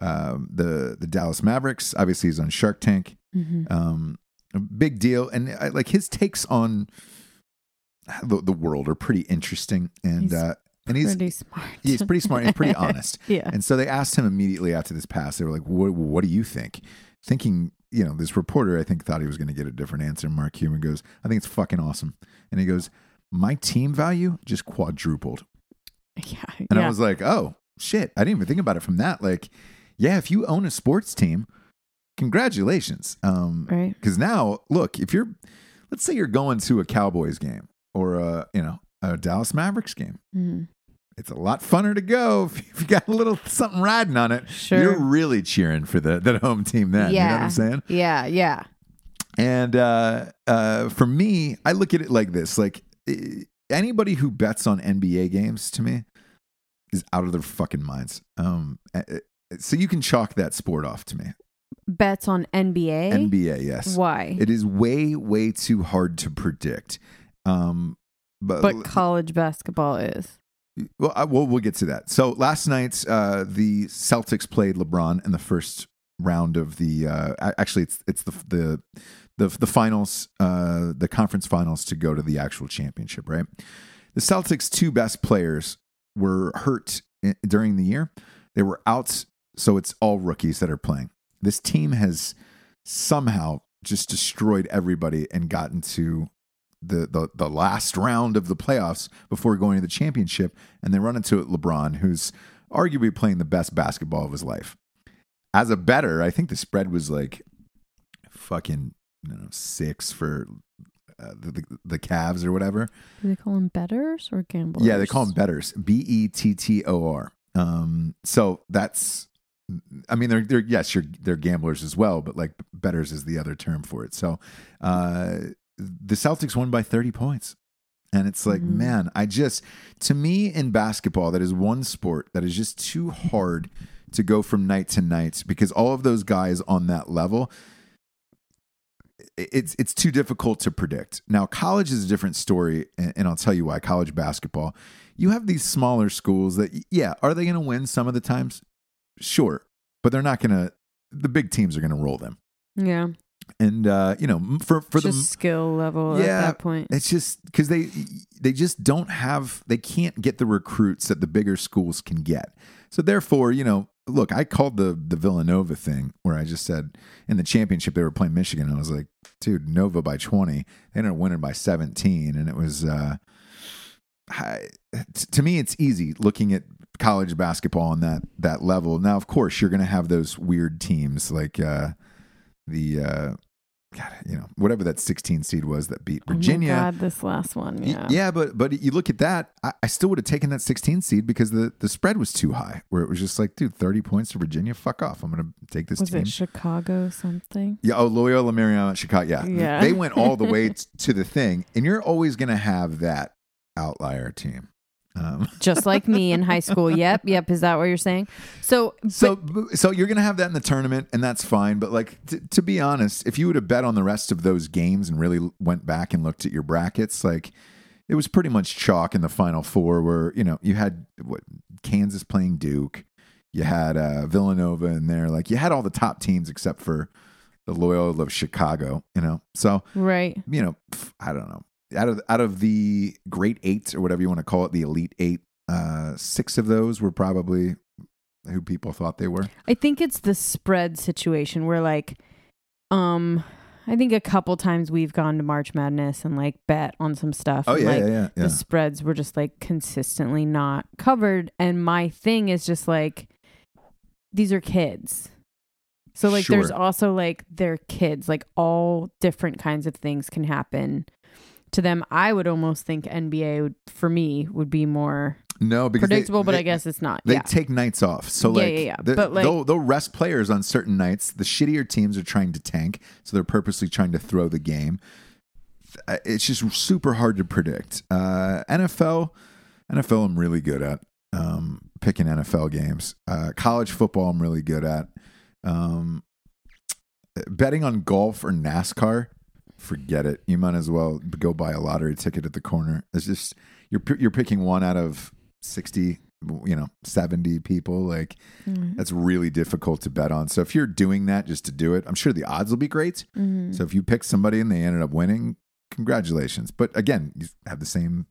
S2: um, the the Dallas Mavericks. Obviously, he's on Shark Tank. Um, a big deal, and I, like his takes on the, the world are pretty interesting, and
S4: He's
S2: uh, and he's
S4: Pretty smart.
S2: yeah, he's pretty smart. and He's pretty honest.
S4: Yeah.
S2: And so they asked him immediately after this pass. They were like, "What? What do you think?" Thinking, you know, this reporter, I think, thought he was going to get a different answer. Mark Cuban goes, "I think it's fucking awesome," and he goes, "My team value just quadrupled."
S4: Yeah.
S2: And
S4: yeah.
S2: I was like, "Oh shit! I didn't even think about it from that." Like, yeah, if you own a sports team, congratulations. Um,
S4: Right.
S2: Because now, look, if you're, let's say you're going to a Cowboys game or a, you know, a Dallas Mavericks game
S4: Mhm.
S2: it's a lot funner to go if you've got a little something riding on it.
S4: Sure.
S2: You're really cheering for the that home team then. You know what I'm saying?
S4: Yeah. Yeah.
S2: And uh, uh, for me, I look at it like this: like eh, anybody who bets on NBA games to me is out of their fucking minds. Um, eh, eh, so you can chalk that sport off to me.
S4: Bets on NBA.
S2: NBA, yes.
S4: Eh? Why?
S2: It is way, way too hard to predict. Um, but,
S4: but college basketball is.
S2: Well, I, well, we'll get to that. So last night, uh, the Celtics played LeBron in the first round of the. Uh, a- actually, it's it's the the the, the finals, uh, the conference finals to go to the actual championship. Right, the Celtics' two best players were hurt i- during the year. They were out, so it's all rookies that are playing. This team has somehow just destroyed everybody and gotten to the, the the last round of the playoffs before going to the championship, and they run into LeBron, who's arguably playing the best basketball of his life. As a better, I think the spread was like fucking I don't know six for uh, the, the the Cavs or whatever.
S4: Do they call them betters or gamblers?
S2: Yeah, they call them betters. B E T T O R. Um, so that's, I mean, they're they're yes, you're they're gamblers as well, but like betters is the other term for it. So, uh, the Celtics won by thirty points, and it's like, man, I just to me in basketball that is one sport that is just too hard to go from night to night because all of those guys on that level it's it's too difficult to predict. Now, college is a different story, and, and I'll tell you why. College basketball, you have these smaller schools that, yeah, are they going to win some of the times? Sure, but they're not going to. The big teams are going to roll them,
S4: Yeah.
S2: and uh, you know, m- for for
S4: Just
S2: the
S4: skill level at
S2: Yeah.
S4: that point.
S2: it's just because they they just don't have they can't get the recruits that the bigger schools can get. So therefore, you know, look, I called the the Villanova thing where I just said in the championship they were playing Michigan. And I was like, dude, Nova by twenty. They ended up winning by seventeen, and it was. uh I, t- to me, it's easy looking at college basketball on that that level. Now, of course, you're going to have those weird teams like uh, the uh, God, you know, whatever that 16 seed was that beat
S4: Oh my
S2: Virginia.
S4: God, this last one.
S2: Y-
S4: Yeah.
S2: but but you look at that, I, I still would have taken that 16 seed because the, the spread was too high, where it was just like, dude, 30 points to Virginia, fuck off. I'm gonna take this
S4: Was
S2: team.
S4: it Chicago something?
S2: yeah, oh Loyola Marymount Chicago. Yeah.
S4: Yeah.
S2: They went all the way t- to the thing, and you're always gonna have that outlier team. Um,
S4: Just like me in high school. Yep. Yep. Is that what you're saying? So,
S2: so so you're gonna have that in the tournament, and that's fine. But like t- to be honest, if you would have bet on the rest of those games and really went back and looked at your brackets, like it was pretty much chalk in the final four. Where you know you had what Kansas playing Duke, you had uh, Villanova in there, like you had all the top teams except for the Loyola of Chicago. You know, so
S4: right.
S2: you know, pff, I don't know. Out of out of the great eight or whatever you want to call it, the elite eight, uh, six of those were probably who people thought they were.
S4: I think it's the spread situation where like um I think a couple times we've gone to March Madness and like bet on some stuff.
S2: Oh
S4: and,
S2: yeah,
S4: like,
S2: yeah, yeah, yeah.
S4: The spreads were just like consistently not covered. And my thing is just like these are kids. So like there's
S2: Sure.
S4: also like their kids, like all different kinds of things can happen to them. I would almost think NBA would, for me would be more
S2: No, because they-
S4: predictable, but
S2: they-
S4: I guess it's not.
S2: They
S4: yeah.
S2: take nights off, so
S4: Yeah,
S2: like,
S4: yeah, yeah.
S2: the-
S4: But, like-
S2: they'll, they'll rest players on certain nights. The shittier teams are trying to tank, so they're purposely trying to throw the game. Uh, It's just super hard to predict. Uh, NFL, NFL, I'm really good at um, picking NFL games. Uh, college football, I'm really good at. Um, betting on golf or NASCAR, forget it. You might as well go buy a lottery ticket at the corner. It's just you're p- you're picking one out of sixty, you know, seventy people. Like that's really difficult to bet on. So if you're doing that just to do it, I'm sure the odds will be great. So if you pick somebody and they ended up winning, congratulations. But again, you have the same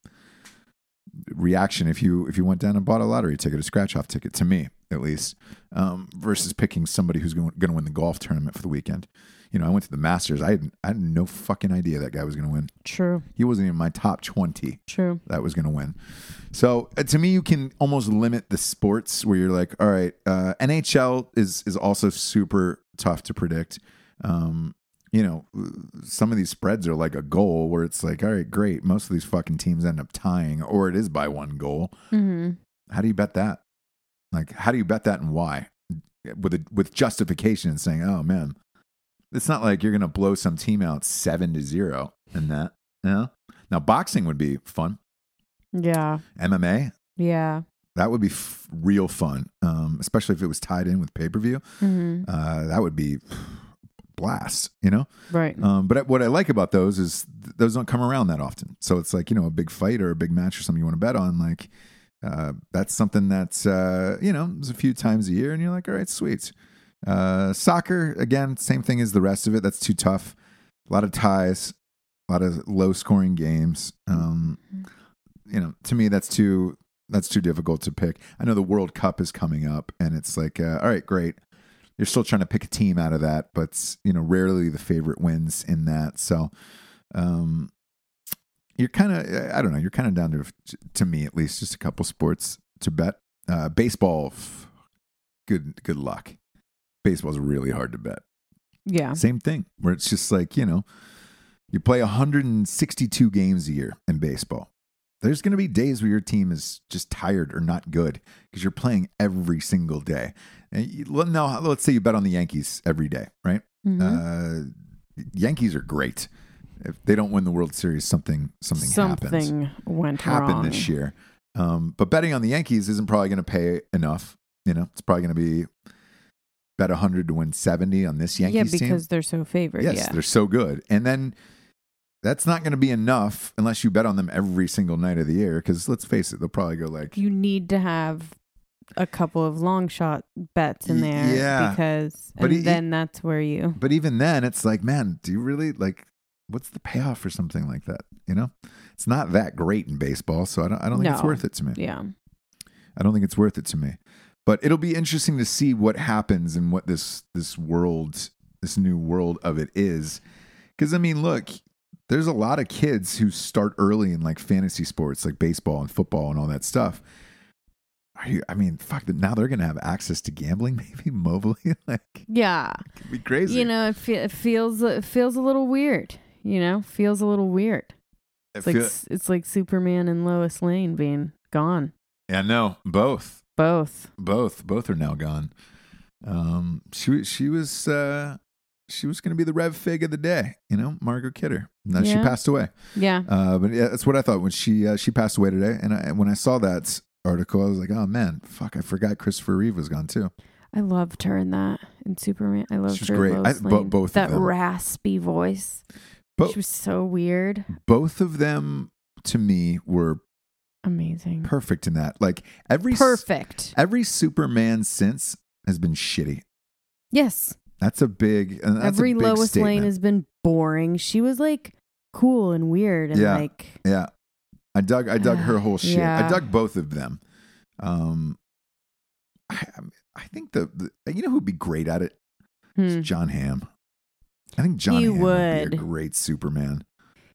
S2: reaction if you if you went down and bought a lottery ticket, a scratch off ticket, to me at least, um, versus picking somebody who's going to win the golf tournament for the weekend. You know, I went to the Masters. I had I had no fucking idea that guy was going to win.
S4: True.
S2: He wasn't even my top twenty
S4: True.
S2: that was going to win. So uh, to me, you can almost limit the sports where you're like, all right, uh, NHL is is also super tough to predict. Um, you know, some of these spreads are like a goal where it's like, all right, great. Most of these fucking teams end up tying, or it is by one goal.
S4: Mm-hmm.
S2: How do you bet that? Like, how do you bet that and why? With a, with justification and saying, oh man, it's not like you're gonna blow some team out seven to zero in that. No. Now boxing would be fun.
S4: Yeah.
S2: MMA,
S4: Yeah.
S2: that would be f- real fun, um, especially if it was tied in with pay per view.
S4: Mm-hmm.
S2: Uh, that would be blast, you know.
S4: Right.
S2: Um, but what I like about those is th- those don't come around that often. So it's like you know a big fight or a big match or something you want to bet on. Like uh, that's something that's uh, you know there's a few times a year, and you're like, all right, sweet. Uh, soccer again, same thing as the rest of it. That's too tough. A lot of ties, a lot of low scoring games. Um, you know, to me, that's too that's too difficult to pick. I know the World Cup is coming up, and it's like, uh, all right, great you're still trying to pick a team out of that, but you know, rarely the favorite wins in that. So, um, you're kind of, I don't know, you're kind of down to, to me at least, just a couple sports to bet. Uh, baseball, f- good, good luck. Baseball's really hard to bet.
S4: Yeah.
S2: Same thing, where it's just like, you know, you play 162 games a year in baseball. There's going to be days where your team is just tired or not good because you're playing every single day. And you, let- now, let's say you bet on the Yankees every day, right?
S4: Mm-hmm.
S2: Uh, Yankees are great. If they don't win the World Series, something something, happens
S4: Something went
S2: happen
S4: wrong.
S2: this year. Um, but betting on the Yankees isn't probably going to pay enough. You know, it's probably going to be bet 100 to win 70 on this Yankees
S4: yeah,
S2: team.
S4: because they're so favored.
S2: Yes,
S4: yeah.
S2: they're so good. And then that's not going to be enough unless you bet on them every single night of the year. Because let's face it, they'll probably go like,
S4: you need to have a couple of long shot bets in
S2: Y-
S4: there
S2: yeah.
S4: because
S2: But
S4: and
S2: it- it-
S4: then that's where you
S2: but even then, it's like, man, do you really like? What's the payoff for something like that? You know, it's not that great in baseball, so I don't. I don't think it's
S4: No.
S2: worth it to me.
S4: yeah
S2: I don't think it's worth it to me. But it'll be interesting to see what happens and what this this world, this new world of it is. Cuz I mean, look, there's a lot of kids who start early in like fantasy sports like baseball and football and all that stuff. Are you, I mean, fuck, now they're going to have access to gambling maybe mobily like
S4: yeah
S2: it'd be crazy.
S4: you know it, fe- it feels it feels a little weird you know feels a little weird
S2: I
S4: it's like
S2: feel-
S4: s- it's like Superman and Lois Lane being gone
S2: yeah, no, both.
S4: both
S2: both both are now gone um she wa- she was uh she was gonna be the rev fig of the day you know margaret kidder now she
S4: Yeah.
S2: passed away
S4: yeah
S2: uh but yeah, that's what i thought when she uh, she passed away today and I, when i saw that article i was like oh man fuck i forgot christopher reeve was gone too
S4: I loved her in that in Superman I loved
S2: was
S4: her in
S2: great. I-
S4: Lois
S2: bo-
S4: Lane.
S2: both of
S4: that
S2: them.
S4: raspy voice
S2: Bo-
S4: she was so weird
S2: both of them to me were
S4: amazing
S2: perfect in that like every s-
S4: perfect
S2: every superman since has been shitty
S4: yes
S2: that's a big and that's
S4: Every
S2: a big
S4: Lois
S2: statement.
S4: Lane has been boring. She was like cool and weird and
S2: Yeah.
S4: like
S2: Yeah. I dug I dug her whole shit. I
S4: Yeah.
S2: dug both of them. Um I I mean, I think the, the you know who'd be great at it? It's
S4: hmm.
S2: John Hamm. I think John
S4: He
S2: Hamm would. be a
S4: would.
S2: great Superman.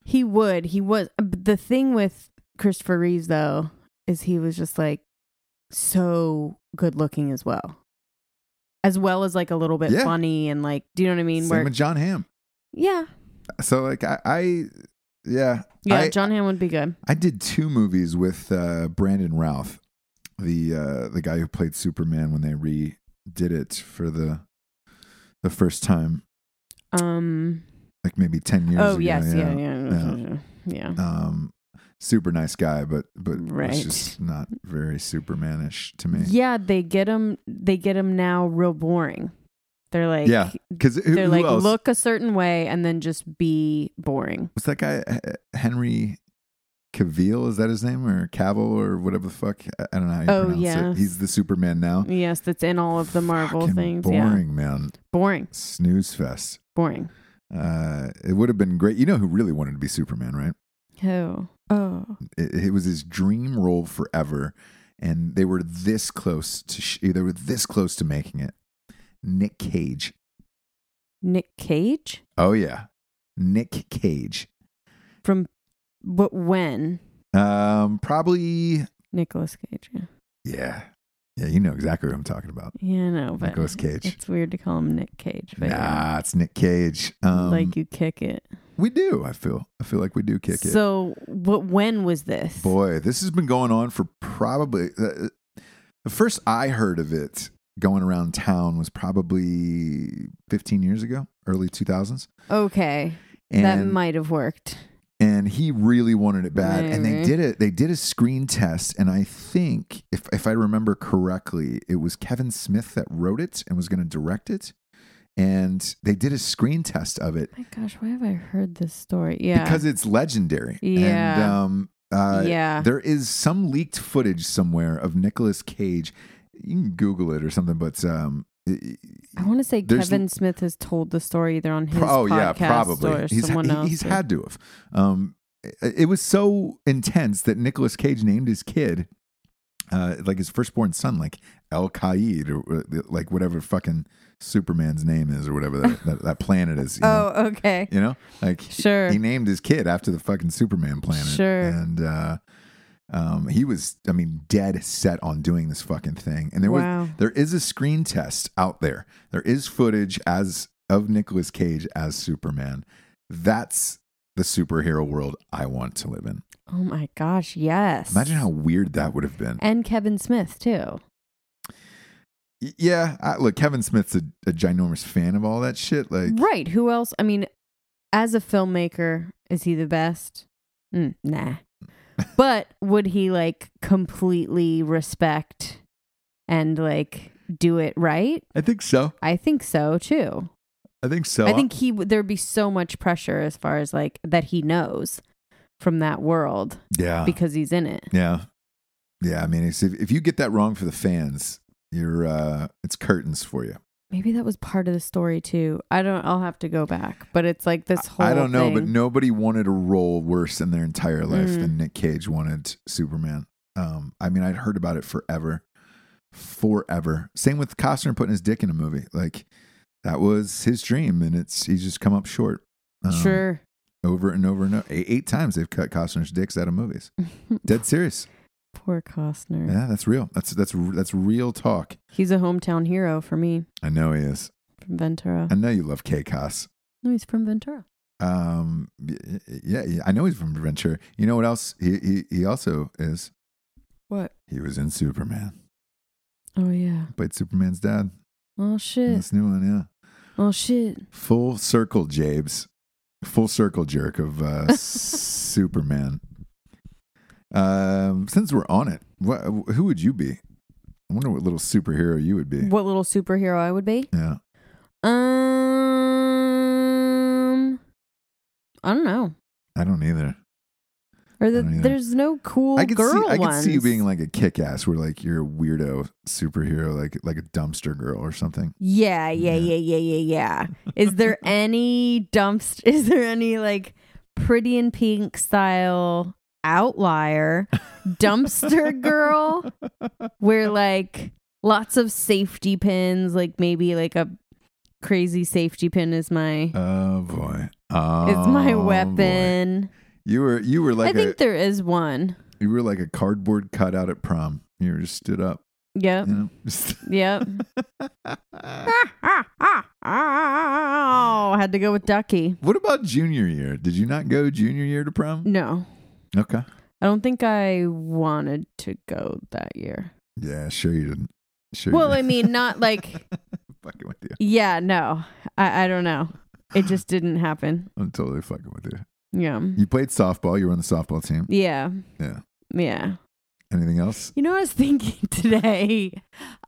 S4: he would. He was but the thing with Christopher Reeves though is he was just like so good looking as well. as well as like a little bit
S2: Yeah.
S4: funny and like, do you know what I mean?
S2: Same
S4: Where,
S2: with John Hamm.
S4: yeah,
S2: So like I, I yeah,
S4: yeah,
S2: I,
S4: John Hamm would be good.
S2: I did two movies with uh, Brandon Routh, the uh, the guy who played Superman when they redid it for the the first time,
S4: Um,
S2: like maybe ten years
S4: oh
S2: ago.
S4: yes, yeah, yeah,
S2: yeah.
S4: yeah. yeah.
S2: Um, super nice guy, but but was
S4: Right.
S2: just not very Supermanish to me.
S4: Yeah, they get them. They get them now. Real boring. They're like,
S2: yeah, because who,
S4: they're
S2: who
S4: like,
S2: else?
S4: look a certain way and then just be boring.
S2: What's that guy? H- Henry Cavill? Is that his name or Cavill or whatever the fuck? I- I don't know how you
S4: Oh,
S2: pronounce
S4: yeah.
S2: it. He's the Superman now.
S4: Yes, that's in all of the Marvel
S2: Fucking
S4: things. Yeah,
S2: Boring, man.
S4: boring,
S2: Snooze fest.
S4: boring.
S2: Uh, it would have been great. You know who really wanted to be Superman, right?
S4: Oh, oh,
S2: It, it was his dream role forever, and they were this close to sh- they were this close to making it. Nick Cage.
S4: Nick Cage
S2: Oh yeah, Nick Cage.
S4: from what? When
S2: Um, probably
S4: Nicolas Cage? Yeah,
S2: yeah, yeah. You know exactly what I'm talking about.
S4: yeah, I know, but
S2: Nicolas Cage.
S4: It's weird to call him Nick Cage, but yeah.
S2: Nah, it's Nick Cage. Um,
S4: like you kick it.
S2: we do. I feel. I feel like we do kick it.
S4: so, what? When was this?
S2: Boy, this has been going on for probably uh, the first I heard of it going around town was probably 15 years ago, early 2000s.
S4: Okay,
S2: And,
S4: that might have worked.
S2: and he really wanted it bad. And they
S4: Maybe.
S2: did it. They did a screen test. And I think, if, if I remember correctly, it was Kevin Smith that wrote it and was going to direct it. And they did a screen test of it
S4: My gosh, why have I heard this story? Yeah,
S2: because it's legendary. And,
S4: Yeah.
S2: um, uh,
S4: yeah,
S2: There is some leaked footage somewhere of Nicolas Cage. You can Google it or something, but um, i-
S4: I want to say
S2: there's-
S4: Kevin Smith has told the story either on his
S2: pro- oh yeah,
S4: podcast
S2: probably
S4: or
S2: he's
S4: someone
S2: he-
S4: else.
S2: he's had to have. Um, it it was so intense that Nicolas Cage named his kid, uh, like his firstborn son, like El Qaid or uh, like whatever fucking Superman's name is or whatever that, that, that planet is. You know?
S4: Oh, okay.
S2: you know, like
S4: Sure.
S2: he named his kid after the fucking Superman planet.
S4: Sure.
S2: And uh, um, he was, I mean, dead set on doing this fucking thing. And there was,
S4: Wow.
S2: there is a screen test out there. There is footage as of Nicolas Cage as Superman. That's the superhero world I want to live in.
S4: oh my gosh, yes.
S2: Imagine how weird that would have been.
S4: And Kevin Smith too.
S2: Y- yeah, I, look, Kevin Smith's a, a ginormous fan of all that shit. Like,
S4: right. Who else? I mean, as a filmmaker, is he the best? Mm, nah. but would he like completely respect and like do it right?
S2: I think so.
S4: I think so too.
S2: I think so.
S4: I think he would there'd be so much pressure as far as like that he knows from that world
S2: Yeah.
S4: because he's in it.
S2: Yeah. Yeah. I mean, it's, if, if you get that wrong for the fans, you're, uh, it's curtains for you.
S4: Maybe that was part of the story too. I don't. I'll have to go back, but it's like this whole.
S2: I don't know, but
S4: thing.
S2: nobody wanted a role worse in their entire life
S4: Mm.
S2: than Nick Cage wanted Superman. Um, I mean, I'd heard about it forever, forever. Same with Costner putting his dick in a movie. Like that was his dream, and it's he's just come up short. Um,
S4: sure.
S2: Over and over and over. Eight, eight times they've cut Costner's dicks out of movies. Dead serious.
S4: Poor Costner.
S2: Yeah, that's real. That's that's that's real talk.
S4: He's a hometown hero for me
S2: I know he is.
S4: from Ventura.
S2: I know you love K Cos.
S4: no, he's from Ventura.
S2: Um, y- y- yeah, yeah, I know he's from Venture. You know what else? He he he also is.
S4: What?
S2: He was in Superman.
S4: Oh yeah.
S2: Played Superman's dad
S4: Oh
S2: in
S4: shit.
S2: this new one. Yeah,
S4: Oh shit.
S2: full circle, Jabes. Full circle jerk of uh, Superman. Um, since we're on it, what who would you be? I wonder what little superhero you would be.
S4: What little superhero I would be?
S2: Yeah,
S4: Um, I don't know.
S2: I don't either.
S4: Or the,
S2: don't either.
S4: there's no cool
S2: I could
S4: girl
S2: see I could
S4: ones.
S2: see you being like a kick ass where like you're a weirdo superhero, like like a dumpster girl or something.
S4: Yeah, yeah, yeah, yeah, yeah, yeah. Is there any dumpster? Is there any like pretty in pink style outlier dumpster girl where like lots of safety pins, like maybe like a crazy safety pin is my
S2: Oh boy.
S4: is my
S2: Oh, boy.
S4: weapon.
S2: You were you were like
S4: I think
S2: a
S4: there is one.
S2: you were like a cardboard cutout at prom. You were just stood up.
S4: Yep.
S2: You know?
S4: Yep. oh, had to go with Ducky.
S2: what about junior year? Did you not go junior year to prom?
S4: No,
S2: Okay.
S4: I don't think I wanted to go that year.
S2: Yeah, sure you didn't. Sure.
S4: Well,
S2: you
S4: I
S2: didn't.
S4: mean, not like,
S2: fucking with you.
S4: yeah, no, I, I don't know. It just didn't happen.
S2: I'm totally fucking with you.
S4: Yeah.
S2: You played softball. You were on the softball team.
S4: Yeah.
S2: Yeah.
S4: Yeah.
S2: Anything else?
S4: You know, I was thinking today,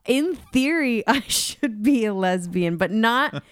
S4: in theory, I should be a lesbian, but not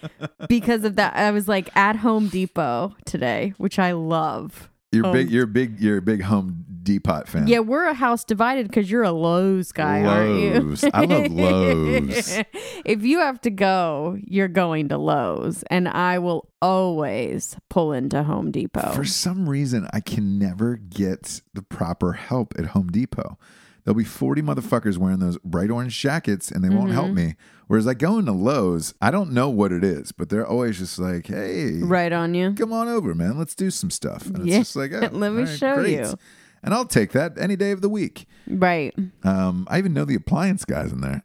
S4: because of that. I was like at Home Depot today, which I love.
S2: You're
S4: Home-
S2: big. You're big. You're a big Home Depot fan.
S4: Um, Yeah, we're a house divided because you're a Lowe's guy,
S2: Lowe's.
S4: aren't you?
S2: I love Lowe's.
S4: if you have to go, you're going to Lowe's, and I will always pull into Home Depot.
S2: For some reason, I can never get the proper help at Home Depot. There'll be 40 motherfuckers wearing those bright orange jackets and they won't
S4: Mm-hmm.
S2: help me. Whereas I go into Lowe's, I don't know what it is, but they're always just like, hey,
S4: right on you.
S2: come on over, man. Let's do some stuff. And
S4: Yeah.
S2: it's just like, oh,
S4: Let me
S2: all right,
S4: show
S2: great.
S4: you.
S2: And I'll take that any day of the week.
S4: Right.
S2: Um, I even know the appliance guys in there.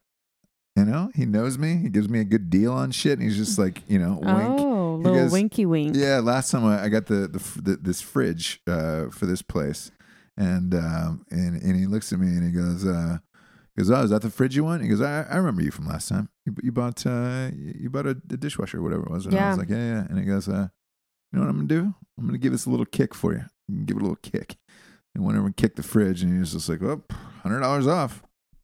S2: You know, he knows me. He gives me a good deal on shit. And he's just like, you know, wink.
S4: Oh,
S2: He
S4: little
S2: goes,
S4: winky wink.
S2: yeah, last time I, I got the, the, f- the this fridge uh, for this place, and um, and and he looks at me and he goes, uh, he goes, oh, is that the fridge you want? He goes, I, I remember you from last time. You, you bought uh, you bought a, a dishwasher or whatever it was. And I
S4: Yeah.
S2: was like, yeah, yeah. And he goes, uh, you know what I'm gonna do? I'm gonna give this a little kick for you. Give it a little kick. And went over and kicked the fridge, and he was just like, oh, hundred dollars off.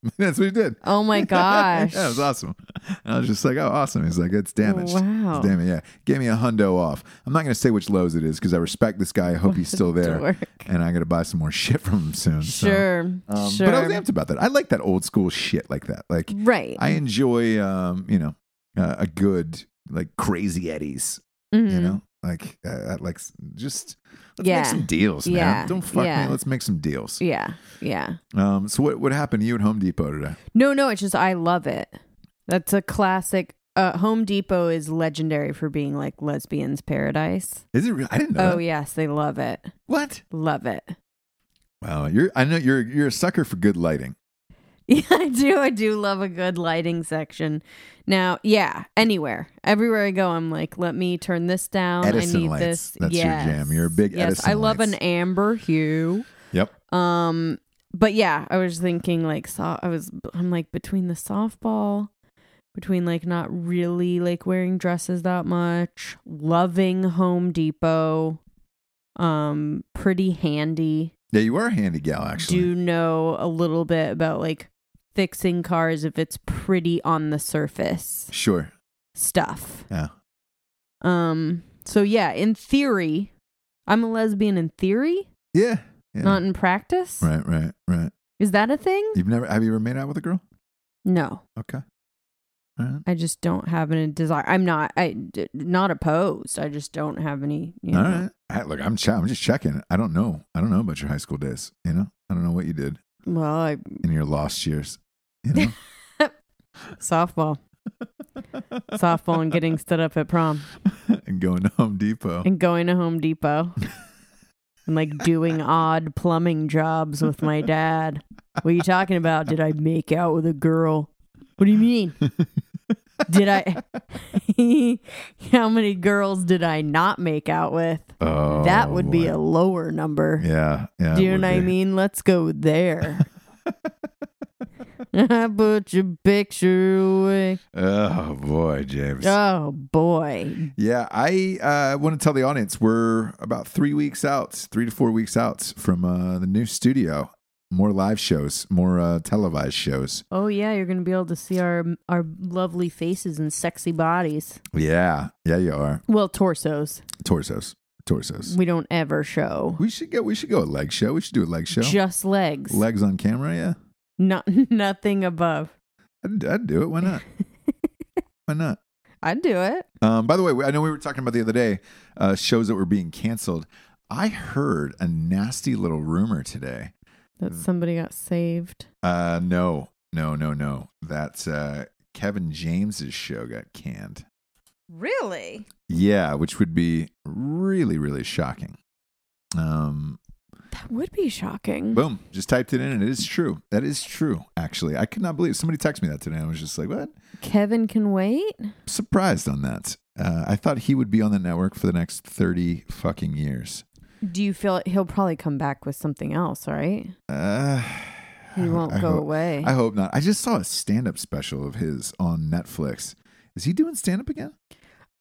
S2: That's what he did.
S4: Oh my gosh.
S2: that was awesome. And I was just like, oh, awesome. He's like, it's damaged.
S4: Wow.
S2: It's damaged. Yeah. Gave me a hundo off. I'm not going to say which Lowe's it is because I respect this guy. I hope he's still there.
S4: Dork.
S2: And I'm going to buy some more shit from him soon. so.
S4: Sure.
S2: Um,
S4: sure.
S2: But I was amped about that. I like that old school shit like that. Like,
S4: right.
S2: I enjoy, um, you know, uh, a good, like, crazy Eddies,
S4: Mhm.
S2: you know? Like, uh, like s- just let's
S4: Yeah.
S2: make some deals, man.
S4: Yeah.
S2: Don't fuck
S4: Yeah.
S2: me. Let's make some deals.
S4: Yeah. Yeah.
S2: Um, so what, what happened to you at Home Depot today?
S4: No, no, it's just I love it. That's a classic. Uh, Home Depot is legendary for being like lesbians' paradise.
S2: Is it real? I didn't know.
S4: Oh
S2: that.
S4: yes, they love it.
S2: What?
S4: Love it.
S2: Wow, you're I know you're you're a sucker for good lighting.
S4: Yeah, I do. I do love a good lighting section. Now, yeah, anywhere, everywhere I go, I'm like, let me turn this down.
S2: Edison
S4: I need
S2: lights.
S4: this.
S2: That's your
S4: Yes.
S2: jam. You're a big
S4: yes.
S2: Edison
S4: I love an
S2: lights.
S4: amber hue.
S2: Yep.
S4: Um, but yeah, I was thinking like so I was I'm like between the softball, between like not really like wearing dresses that much, loving Home Depot, um, pretty handy.
S2: Yeah, you are a handy gal actually.
S4: Do know a little bit about like fixing cars if it's pretty on the surface
S2: Sure.
S4: stuff.
S2: Yeah.
S4: Um, so yeah, in theory, I'm a lesbian in theory,
S2: Yeah. yeah.
S4: not in practice.
S2: right, right, right.
S4: Is that a thing?
S2: You've never have you ever made out with a girl?
S4: No.
S2: Okay. All right.
S4: I just don't have any desire. I'm not. I d- not opposed. I just don't have any. You know.
S2: All right. I, look, I'm ch- I'm just checking. I don't know. I don't know about your high school days. You know, I don't know what you did
S4: Well, I,
S2: in your lost years. You know,
S4: softball, softball, and getting stood up at prom,
S2: and going to Home Depot.
S4: and going to Home Depot, and like doing odd plumbing jobs with my dad. What are you talking about? Did I make out with a girl? What do you mean? Did I? How many girls did I not make out with?
S2: Oh,
S4: that would be
S2: boy.
S4: a lower number.
S2: yeah, yeah.
S4: Do
S2: it
S4: you
S2: would
S4: know what I
S2: be.
S4: mean? Let's go there. I put your picture away.
S2: Oh boy, James.
S4: Oh boy.
S2: Yeah, I uh, want to tell the audience we're about three weeks out, three to four weeks out from uh, the new studio. More live shows, more uh, televised shows.
S4: Oh yeah, you're gonna be able to see our our lovely faces and sexy bodies.
S2: Yeah, yeah, you are
S4: Well, torsos.
S2: torsos, torsos.
S4: We don't ever show.
S2: We should go. We should go a leg show. We should do a leg show.
S4: Just legs.
S2: Legs on camera. Yeah,
S4: Not nothing above.
S2: I'd, I'd do it. Why not? Why not?
S4: I'd do it.
S2: Um, by the way, I know we were talking about the other day uh, shows that were being canceled. I heard a nasty little rumor today Mm.
S4: That somebody got saved.
S2: Uh, no, no, no, no. That's uh, Kevin James's show got canned.
S4: Really?
S2: Yeah, which would be really, really shocking. Um,
S4: That would be shocking.
S2: Boom. Just typed it in and it is true. That is true, actually. I could not believe somebody texted me that today. I was just like, what?
S4: Kevin can wait.
S2: Surprised on that. Uh, I thought he would be on the network for the next 30 fucking years.
S4: Do you feel he'll probably come back with something else, right?
S2: Uh,
S4: He won't
S2: I
S4: go
S2: hope-
S4: away.
S2: I hope not. I just saw a stand up special of his on Netflix. Is he doing stand up again?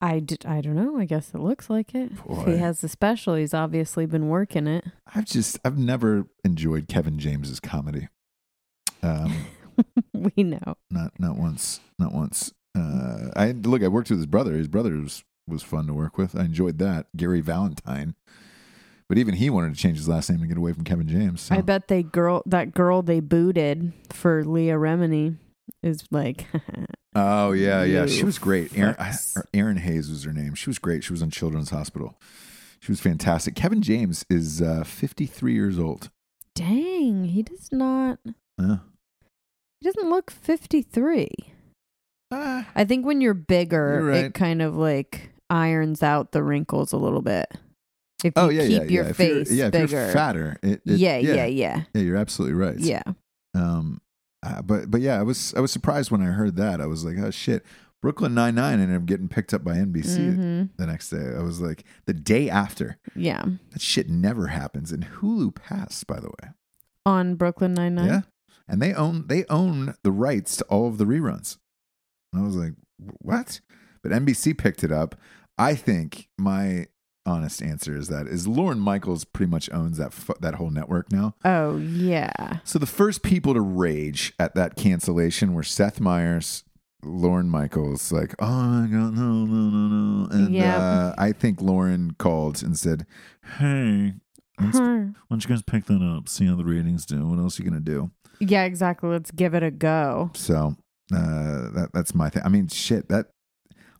S4: I, did, I don't know. I guess it looks like it. If
S2: Boy.
S4: he has the special. He's obviously been working it.
S2: I've just, I've never enjoyed Kevin James's comedy. Um,
S4: we know.
S2: not not once not once uh i look i worked with his brother his brother was was fun to work with i enjoyed that gary valentine but even he wanted to change his last name to get away from kevin james so.
S4: I bet they girl that girl they booted for Leah Remini is like
S2: oh yeah yeah
S4: You
S2: she was great Aaron,
S4: fucks.
S2: Aaron hayes was her name she was great she was on children's hospital she was fantastic kevin james is uh 53 years old
S4: Dang, he does not
S2: uh,
S4: he doesn't look 53.
S2: uh,
S4: I think when you're bigger,
S2: You're
S4: it
S2: right.
S4: kind of like irons out the wrinkles a little bit. If
S2: oh
S4: you
S2: yeah
S4: keep
S2: yeah
S4: your
S2: yeah
S4: face
S2: if you're, yeah if
S4: bigger.
S2: you're fatter it, it-
S4: yeah, yeah,
S2: yeah
S4: yeah.
S2: yeah you're absolutely right
S4: Yeah.
S2: Um, uh, but but yeah, I was I was surprised when I heard that. I was like, oh shit, Brooklyn Nine Nine ended up getting picked up by NBC
S4: Mhm.
S2: the next day. I was like, the day after
S4: Yeah.
S2: that shit never happens. And Hulu passed, by the way.
S4: On Brooklyn Nine-Nine.
S2: Yeah, and they own they own the rights to all of the reruns. And I was like, what? But NBC picked it up. I think my honest answer is that is Lauren Michaels pretty much owns that fu- that whole network now.
S4: Oh, yeah.
S2: So the first people to rage at that cancellation were Seth Meyers, Lauren Michaels, like, oh my god, no, no, no, no. And
S4: Yep.
S2: uh, I think Lauren called and said, Hey, let's- why
S4: Huh.
S2: don't you guys pick that up? See how the ratings do. What else are you gonna do?
S4: Yeah, exactly. Let's give it a go.
S2: So uh, that that's my thing. I mean, shit, that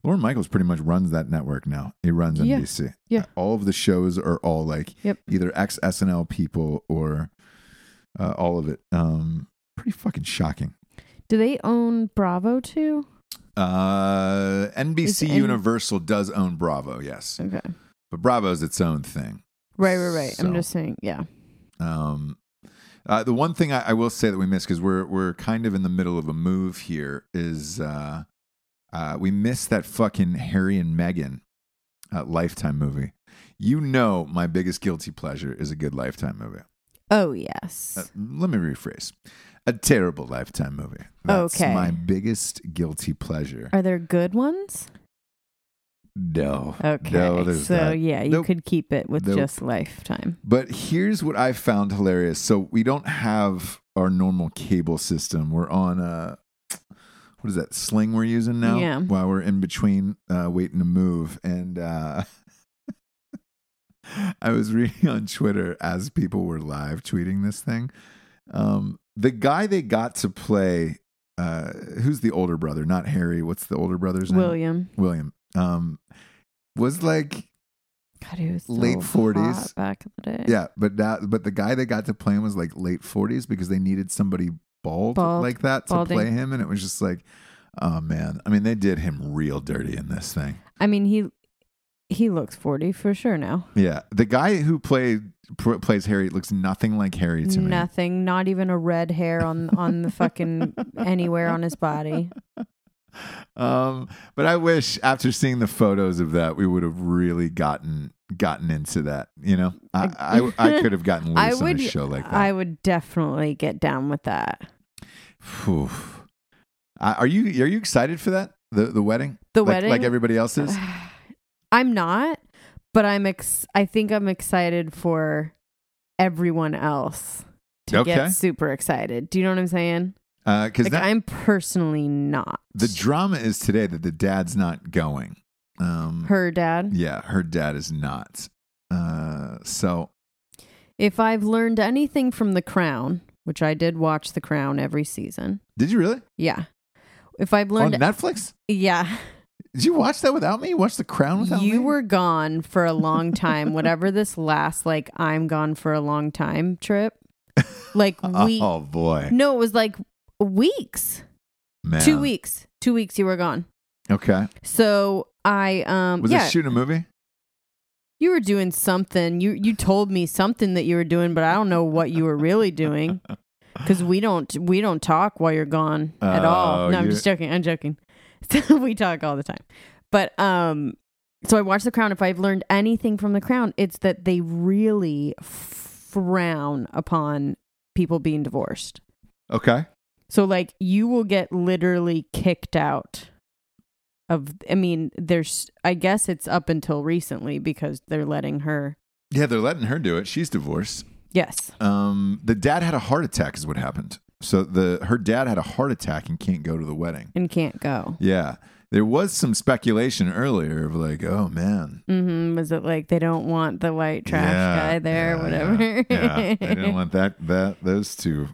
S2: Lauren Michaels pretty much runs that network now. He runs
S4: Yeah.
S2: NBC.
S4: Yeah.
S2: Uh, All of the shows are all like
S4: Yep.
S2: either ex SNL people or uh, all of it. Um, pretty fucking shocking.
S4: Do they own Bravo too?
S2: Uh, NBC
S4: N-
S2: Universal does own Bravo, yes,
S4: Okay.
S2: but Bravo's its own thing.
S4: Right, right, right.
S2: So-
S4: I'm just saying, yeah.
S2: Um, uh, the one thing I, I will say that we missed because we're we're kind of in the middle of a move here is uh, uh, we missed that fucking Harry and Meghan uh, Lifetime movie. You know, my biggest guilty pleasure is a good Lifetime movie.
S4: Oh,
S2: Uh,
S4: yes.
S2: let me rephrase: a terrible Lifetime movie. That's
S4: Okay. Uh,
S2: my biggest guilty pleasure.
S4: Are there good ones?
S2: No,
S4: Okay.
S2: no, there's
S4: so,
S2: not.
S4: yeah, you
S2: Nope.
S4: could keep it with
S2: Nope.
S4: just lifetime.
S2: But here's what I found hilarious. So we don't have our normal cable system. We're on a what is that sling we're using now?
S4: Yeah.
S2: While we're in between uh, waiting to move, and uh, I was reading on Twitter as people were live tweeting this thing. Um, the guy they got to play, uh, who's the older brother? Not Harry. What's the older brother's name?
S4: William.
S2: William. Um, was like
S4: God, he was so
S2: Late 40s.
S4: hot back in the day.
S2: yeah, but that but the guy they got to play him was like late forties because they needed somebody bald,
S4: Bald,
S2: like that to
S4: balding.
S2: play him, and it was just like, oh man. I mean, they did him real dirty in this thing.
S4: I mean, he he looks 40 for sure now.
S2: Yeah, the guy who played pr- plays Harry looks nothing like Harry to me.
S4: Nothing, not even a red hair on on the fucking anywhere on his body.
S2: Um, but I wish after seeing the photos of that, we would have really gotten gotten into that. You know, I I, I could have gotten loose
S4: I
S2: on
S4: would
S2: a show like that.
S4: I would definitely get down with that.
S2: Phew. I, are you are you excited for that the the wedding?
S4: The
S2: Like-
S4: wedding?
S2: like everybody else is.
S4: I'm not, but I'm ex- I think I'm excited for everyone else to
S2: Okay.
S4: get super excited. Do you know what I'm saying?
S2: because
S4: Like I'm personally not.
S2: Uh, the drama is today that the dad's not going. Um,
S4: her dad.
S2: yeah, her dad is not. Uh, so
S4: If I've learned anything from The Crown, which I did watch The Crown every season.
S2: did you really
S4: Yeah. If I've
S2: on
S4: learned
S2: Netflix?
S4: Yeah.
S2: Did you watch that without me? You watched The Crown without me?
S4: You were gone for a long time. Whatever this last like I'm gone for a long time trip. Like we
S2: Oh boy,
S4: No, it was like weeks.
S2: man.
S4: Two weeks. Two weeks you were gone.
S2: Okay,
S4: So I um
S2: was
S4: yeah.
S2: it shooting a movie?
S4: you were doing something. You you told me something that you were doing, but I don't know what you were really doing. Because we don't we don't talk while you're gone at
S2: Oh,
S4: all. No, I'm
S2: you-
S4: just joking. I'm joking. So we talk all the time. But um, so I watched The Crown. If I've learned anything from The Crown, it's that they really frown upon people being divorced.
S2: Okay.
S4: So like you will get literally kicked out of I mean there's I guess it's up until recently because they're letting her.
S2: Yeah, they're letting her do it. She's divorced.
S4: Yes.
S2: Um, the dad had a heart attack, is what happened. So the her dad had a heart attack and can't go to the wedding.
S4: And can't go.
S2: Yeah, there was some speculation earlier of like, oh man,
S4: Mhm. Was it like they don't want the white trash
S2: Yeah,
S4: guy there
S2: yeah,
S4: or whatever?
S2: Yeah, yeah. they didn't want that that those two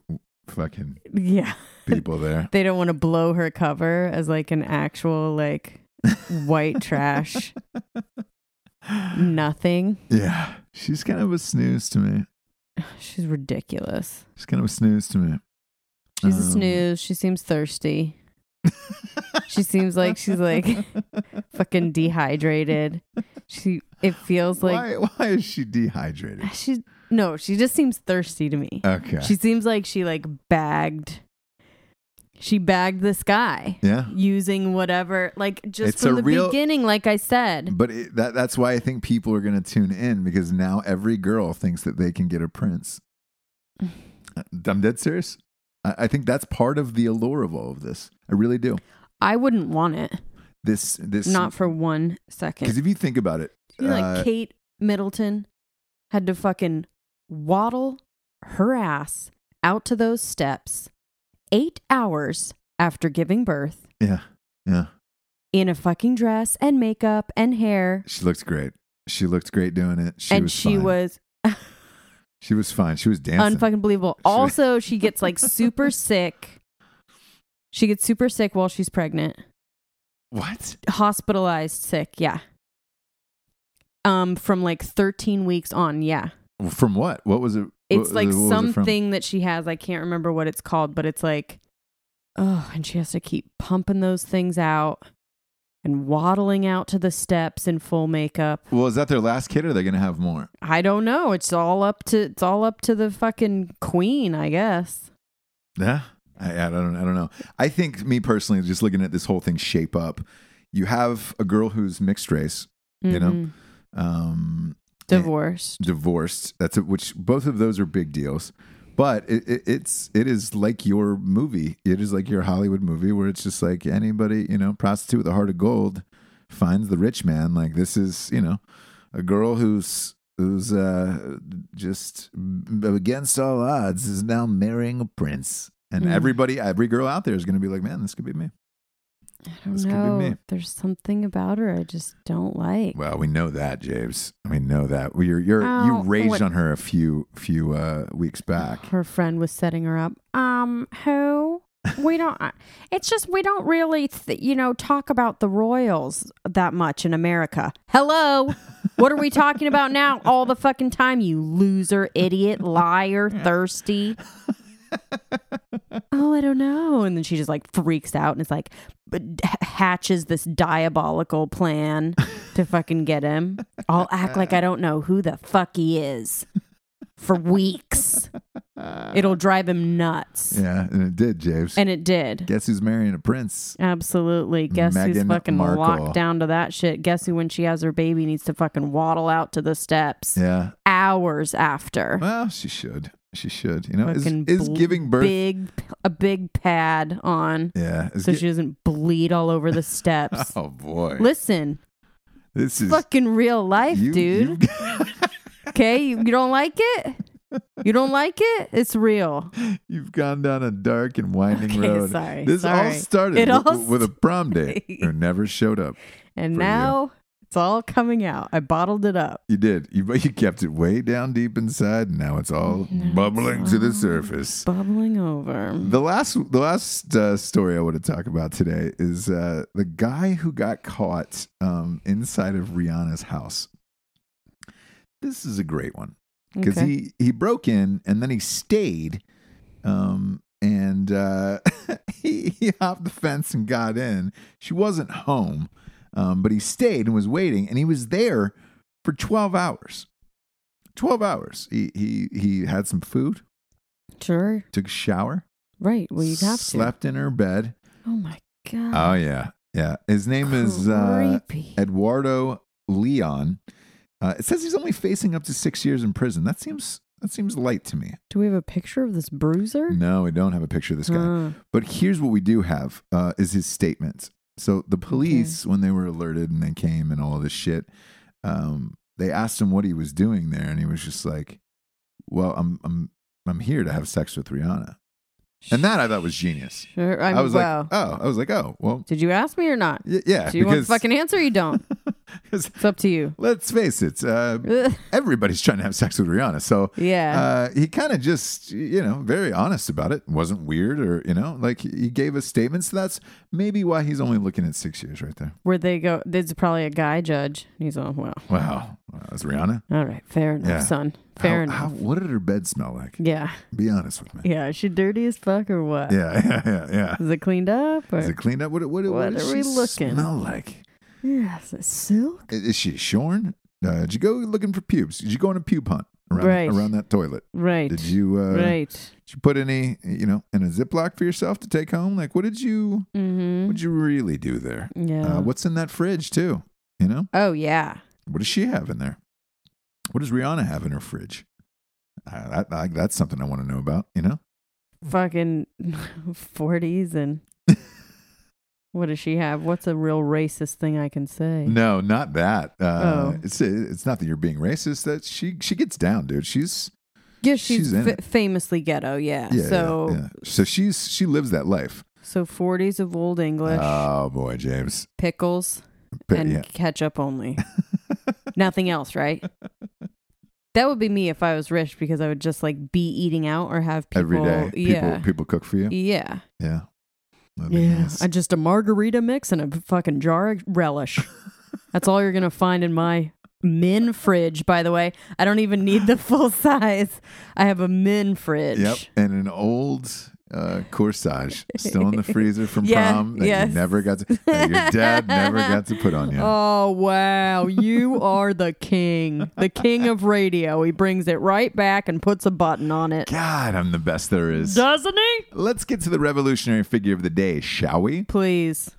S2: fucking
S4: Yeah.
S2: people there.
S4: They don't want to blow her cover as like an actual like white trash nothing.
S2: Yeah, she's kind of a snooze to me.
S4: She's ridiculous.
S2: She's kind of a snooze to me.
S4: She's a
S2: Um,
S4: snooze. She seems thirsty. she seems like she's like fucking dehydrated. She it feels like
S2: why why is she dehydrated?
S4: she no, she just seems thirsty to me.
S2: Okay.
S4: She seems like she like bagged she bagged this guy
S2: yeah.
S4: using whatever like just
S2: It's a
S4: from the
S2: real-
S4: beginning like I said.
S2: But it, that that's why I think people are going to tune in because now every girl thinks that they can get a prince. I'm dead serious. I, I think that's part of the allure of all of this. I really do.
S4: I wouldn't want it.
S2: This this
S4: Not for one
S2: because
S4: second.
S2: if you think about it,
S4: You know,
S2: uh,
S4: like Kate Middleton had to fucking waddle her ass out to those steps eight hours after giving birth
S2: yeah, yeah,
S4: in a fucking dress and makeup and hair.
S2: she looked great. She looked great doing it. She
S4: and
S2: was
S4: she
S2: fine.
S4: was
S2: she was fine. She was dancing.
S4: unfucking believable. Also, she gets like super sick. She gets super sick while she's pregnant.
S2: what?
S4: Hospitalized sick, yeah. Um, from like 13 weeks on, yeah.
S2: From what? What was it?
S4: It's
S2: what-
S4: like
S2: what was it from?
S4: something that she has. I can't remember what it's called, but it's like, oh, and she has to keep pumping those things out and waddling out to the steps in full makeup.
S2: Well, is that their last kid? Or are they going to have more?
S4: I don't know. It's all up to it's all up to the fucking queen, I guess.
S2: Yeah, I, I don't. I don't know. I think me personally, just looking at this whole thing shape up, you have a girl who's mixed race, you know,
S4: Mhm.
S2: um,
S4: divorced.
S2: divorced. That's a, which both of those are big deals. But it, it, it's it is like your movie. It is like your Hollywood movie where it's just like anybody you know, prostitute with a heart of gold finds the rich man. Like this is you know, a girl who's who's uh just against all odds is now marrying a prince. And
S4: Mm.
S2: everybody, every girl out there is going to be like, man, this could be me.
S4: I don't
S2: this could be me.
S4: know. There's something about her I just don't like.
S2: Well, we know that, James. We know that. Well, You're, you're, you
S4: Oh,
S2: raged
S4: what-
S2: on her a few few uh, weeks back.
S4: Her friend was setting her up.
S5: um who we don't I- it's just we don't really th- you know talk about the royals
S4: that much in America. Hello. What are we talking about now all the fucking time, you loser, idiot, liar, thirsty? oh, I don't know. And then she just like freaks out and it's like but h- hatches this diabolical plan to fucking get him. I'll act like I don't know who the fuck he is for weeks. It'll drive him nuts.
S2: Yeah, and it did, James.
S4: And it did.
S2: Guess who's marrying a prince?
S4: Absolutely. Guess who's
S2: Meghan
S4: fucking
S2: Markle.
S4: locked down to that shit? Guess who, when she has her baby, needs to fucking waddle out to the steps
S2: Yeah.
S4: hours after?
S2: Well, she should. She should. You know, is,
S4: Fucking
S2: is
S4: bl-
S2: giving birth.
S4: big a big pad on
S2: yeah. Is
S4: so
S2: gi-
S4: she doesn't bleed all over the steps.
S2: oh boy.
S4: Listen,
S2: this is
S4: fucking real life,
S2: you-
S4: dude. Okay, you, you don't like it? You don't like it? It's real.
S2: You've, you've gone down a dark and winding
S4: Okay,
S2: road.
S4: sorry,
S2: This all
S4: sorry.
S2: started
S4: It
S2: with,
S4: all
S2: with a prom date who never showed up.
S4: And
S2: For you.
S4: now it's all coming out. I bottled it up.
S2: You did. You you kept it way down deep inside, and now it's all bubbling to the surface.
S4: Bubbling over.
S2: The last the last uh, story I want to talk about today is uh, the guy who got caught um, inside of Rihanna's house. This is a great one because
S4: Okay.
S2: he he broke in and then he stayed, um, and uh, he, he hopped the fence and got in. She wasn't home, um, but he stayed and was waiting, and he was there for 12 hours. 12 hours. He, he, he had some food,
S4: Sure.
S2: took a shower,
S4: Right. Well, you'd have
S2: slept in her bed.
S4: to. Oh my
S2: Oh,
S4: god.
S2: yeah. Yeah. His name is uh,
S4: creepy.
S2: Eduardo Leon. Uh, it says he's only facing up to six years in prison. That seems that seems light to me.
S4: Do we have a picture of this bruiser?
S2: No, we don't have a picture of this guy.
S4: Huh.
S2: But here's what we do have uh, is his statement. So the police, when they were alerted and they came and all of this shit, um, they asked him what he was doing there, and he was just like, "Well, I'm I'm I'm here to have sex with Rihanna," and that I thought was genius.
S4: Sure. I,
S2: I
S4: mean,
S2: was
S4: wow.
S2: like, "Oh, I was like, oh, well,
S4: Did you ask me or not?
S2: y- yeah."
S4: Do you want
S2: because
S4: to fucking e- answer or you don't?
S2: 'cause
S4: It's up to you.
S2: let's face it, uh, everybody's trying to have sex with Rihanna, so
S4: yeah.
S2: uh, he kind of just, you know, very honest about it. Wasn't weird or, you know, like he gave us statements. that's maybe why he's only looking at six years right there.
S4: Where they go, there's probably a guy judge. And he's all, well,
S2: Wow. Wow, That's Rihanna.
S4: all right, fair enough,
S2: Yeah.
S4: son. Fair
S2: How-
S4: enough.
S2: how- what did her bed smell like?
S4: yeah.
S2: Be honest with me.
S4: Yeah. Is she dirty as fuck or what?
S2: Yeah. Yeah. Yeah. yeah.
S4: Is it cleaned up? Or?
S2: Is it cleaned up? What, what, what,
S4: What
S2: does
S4: are we
S2: she
S4: looking?
S2: smell like?
S4: yeah, is it silk?
S2: I- Is she shorn? Uh, did you go looking for pubes? Did you go on a pube hunt around,
S4: Right.
S2: around that toilet?
S4: Right.
S2: Did you uh,
S4: right.
S2: did you put any you know in a Ziploc for yourself to take home? Like what did you
S4: Mm-hmm.
S2: what did you really do there?
S4: Yeah.
S2: Uh, what's in that fridge too? You know,
S4: oh, yeah.
S2: what does she have in there? What does Rihanna have in her fridge? Uh, that, I, that's something I want to know about. You know,
S4: Fucking 40s and. What does she have? What's a real racist thing I can say?
S2: no, not that. Uh,
S4: Oh.
S2: It's it's not that you're being racist. That she she gets down, dude. She's
S4: Yeah, she's,
S2: She's in
S4: fa-
S2: it.
S4: famously ghetto. Yeah.
S2: yeah,
S4: so
S2: yeah, yeah. so she's she lives that life.
S4: so 40s of old English,
S2: Oh boy, James.
S4: pickles
S2: But
S4: and
S2: yeah,
S4: ketchup only. Nothing else, right? That would be me if I was rich because I would just like be eating out or have people.
S2: every day people
S4: yeah.
S2: people cook for you.
S4: yeah.
S2: Yeah, That'd be
S4: Yeah.
S2: nice.
S4: I just a margarita mix and a fucking jar of relish. That's all you're going to find in my min fridge, by the way. I don't even need the full size. I have a min fridge.
S2: Yep, and an old uh, corsage still in the freezer from
S4: Yeah,
S2: prom that
S4: yes.
S2: you never got to, that your dad never got to put on you.
S4: Oh wow, you are the king, the king of radio. He brings it right back and puts a button on it,
S2: God, I'm the best there is.
S4: doesn't he?
S2: Let's get to the revolutionary figure of the day, shall we?
S4: Please.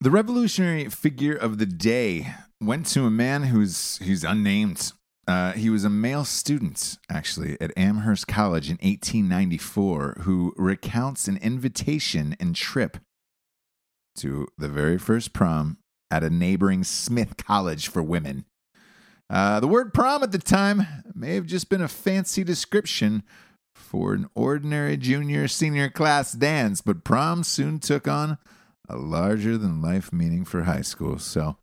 S2: The revolutionary figure of the day went to a man who's who's unnamed. Uh, he was a male student, actually, at Amherst College in 1894, who recounts an invitation and trip to the very first prom at a neighboring Smith College for women. Uh, the word prom at the time may have just been a fancy description for an ordinary junior senior class dance, but prom soon took on a larger than life meaning for high school. So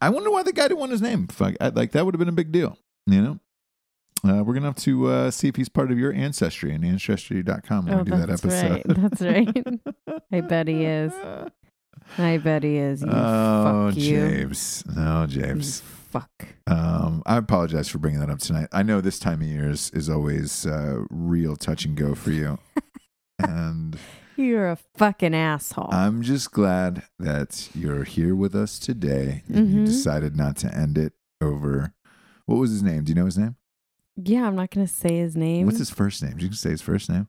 S2: I wonder why the guy didn't want his name. Fuck, I, like that would have been a big deal, you know? Uh, we're gonna have to uh, see if he's part of your ancestry and ancestry.com when we do that episode.
S4: right. Oh, That's right. I bet he is. I bet he is. You
S2: Oh,
S4: fuck you. Mm.
S2: James. No,
S4: You
S2: James.
S4: fuck.
S2: Um, I apologize for bringing that up tonight. I know this time of year is, is always uh, real touch and go for you. and
S4: You're a fucking asshole.
S2: I'm just glad that you're here with us today. and You
S4: Mhm.
S2: decided not to end it over. What was his name? Do you know his name?
S4: yeah, I'm not gonna say his name.
S2: What's his first name? You can say his first name.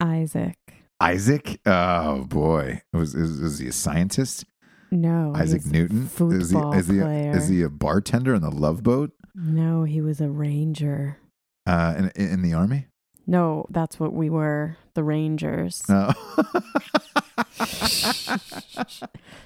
S4: Isaac?
S2: Isaac. Oh boy, was is, is he a scientist?
S4: No.
S2: Isaac
S4: he's a
S2: Newton. Is he
S4: Football
S2: is he
S4: player.
S2: is he a bartender in the Love Boat?
S4: No, he was a ranger.
S2: Uh, in in the army.
S4: No, that's what we were, the Rangers.
S2: No.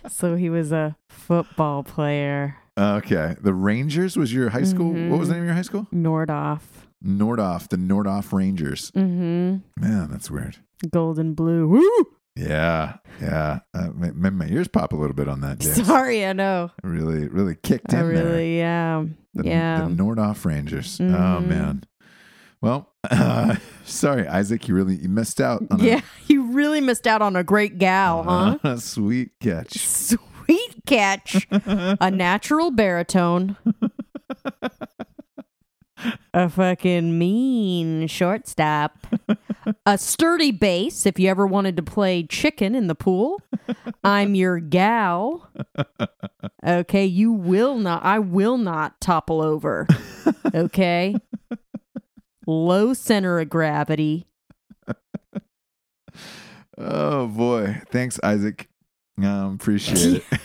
S4: So he was a football player,
S2: okay. The Rangers was your high school. What
S4: Mm-hmm.
S2: was the name of your high school?
S4: Nordoff.
S2: Nordoff. The Nordoff Rangers.
S4: Mm-hmm.
S2: Man, that's weird.
S4: Golden blue. Woo!
S2: Yeah, yeah. Uh, my, my- my ears pop a little bit on that. James.
S4: Sorry, I know.
S2: Really, really kicked
S4: I
S2: in there.
S4: really am.
S2: The,
S4: yeah.
S2: the Nordoff Rangers. Oh
S4: Mhm.
S2: man. Well, sorry, Isaac. You really you missed out. On a-
S4: yeah. You really missed out on a great gal, huh?
S2: on a sweet catch.
S4: Sweet catch. a natural baritone. a fucking mean shortstop. a sturdy base if you ever wanted to play chicken in the pool. I'm your gal. Okay, you will not, I will not topple over. Okay. Low center of gravity.
S2: Oh boy. Thanks, Isaac. Um, appreciate it.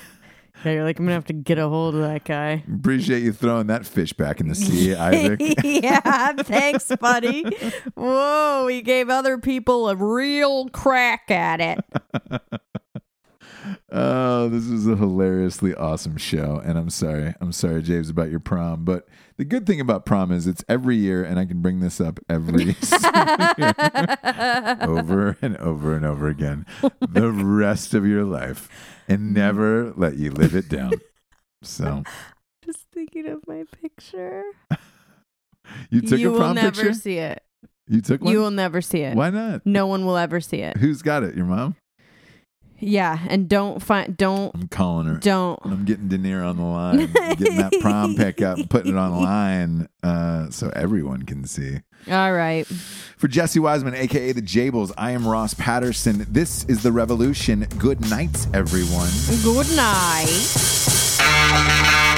S4: Yeah, you're like, I'm gonna have to get a hold of that guy.
S2: appreciate you throwing that fish back in the sea, Isaac.
S4: yeah, thanks, buddy. Whoa, he gave other people a real crack at it.
S2: Oh, this is a hilariously awesome show. And I'm sorry. I'm sorry, James, about your prom. But the good thing about prom is it's every year, and I can bring this up every single year. over and over and over again the rest of your life
S4: Mm.
S2: and never let you live it down. so
S4: Just thinking of my picture.
S2: you took a
S4: will
S2: prom
S4: never
S2: picture?
S4: see it.
S2: You took one?
S4: You will never see it.
S2: Why not?
S4: No one will ever see it.
S2: Who's got it? Your mom?
S4: Yeah, and don't find don't
S2: I'm calling her.
S4: don't
S2: I'm getting Denier on the line, getting that prom pick up, and putting it on the line uh, so everyone can see.
S4: All right.
S2: For Jesse Wiseman, aka the Jables, I am Ross Patterson. This is the Revolution. Good night, everyone.
S4: Good night.
S1: Rock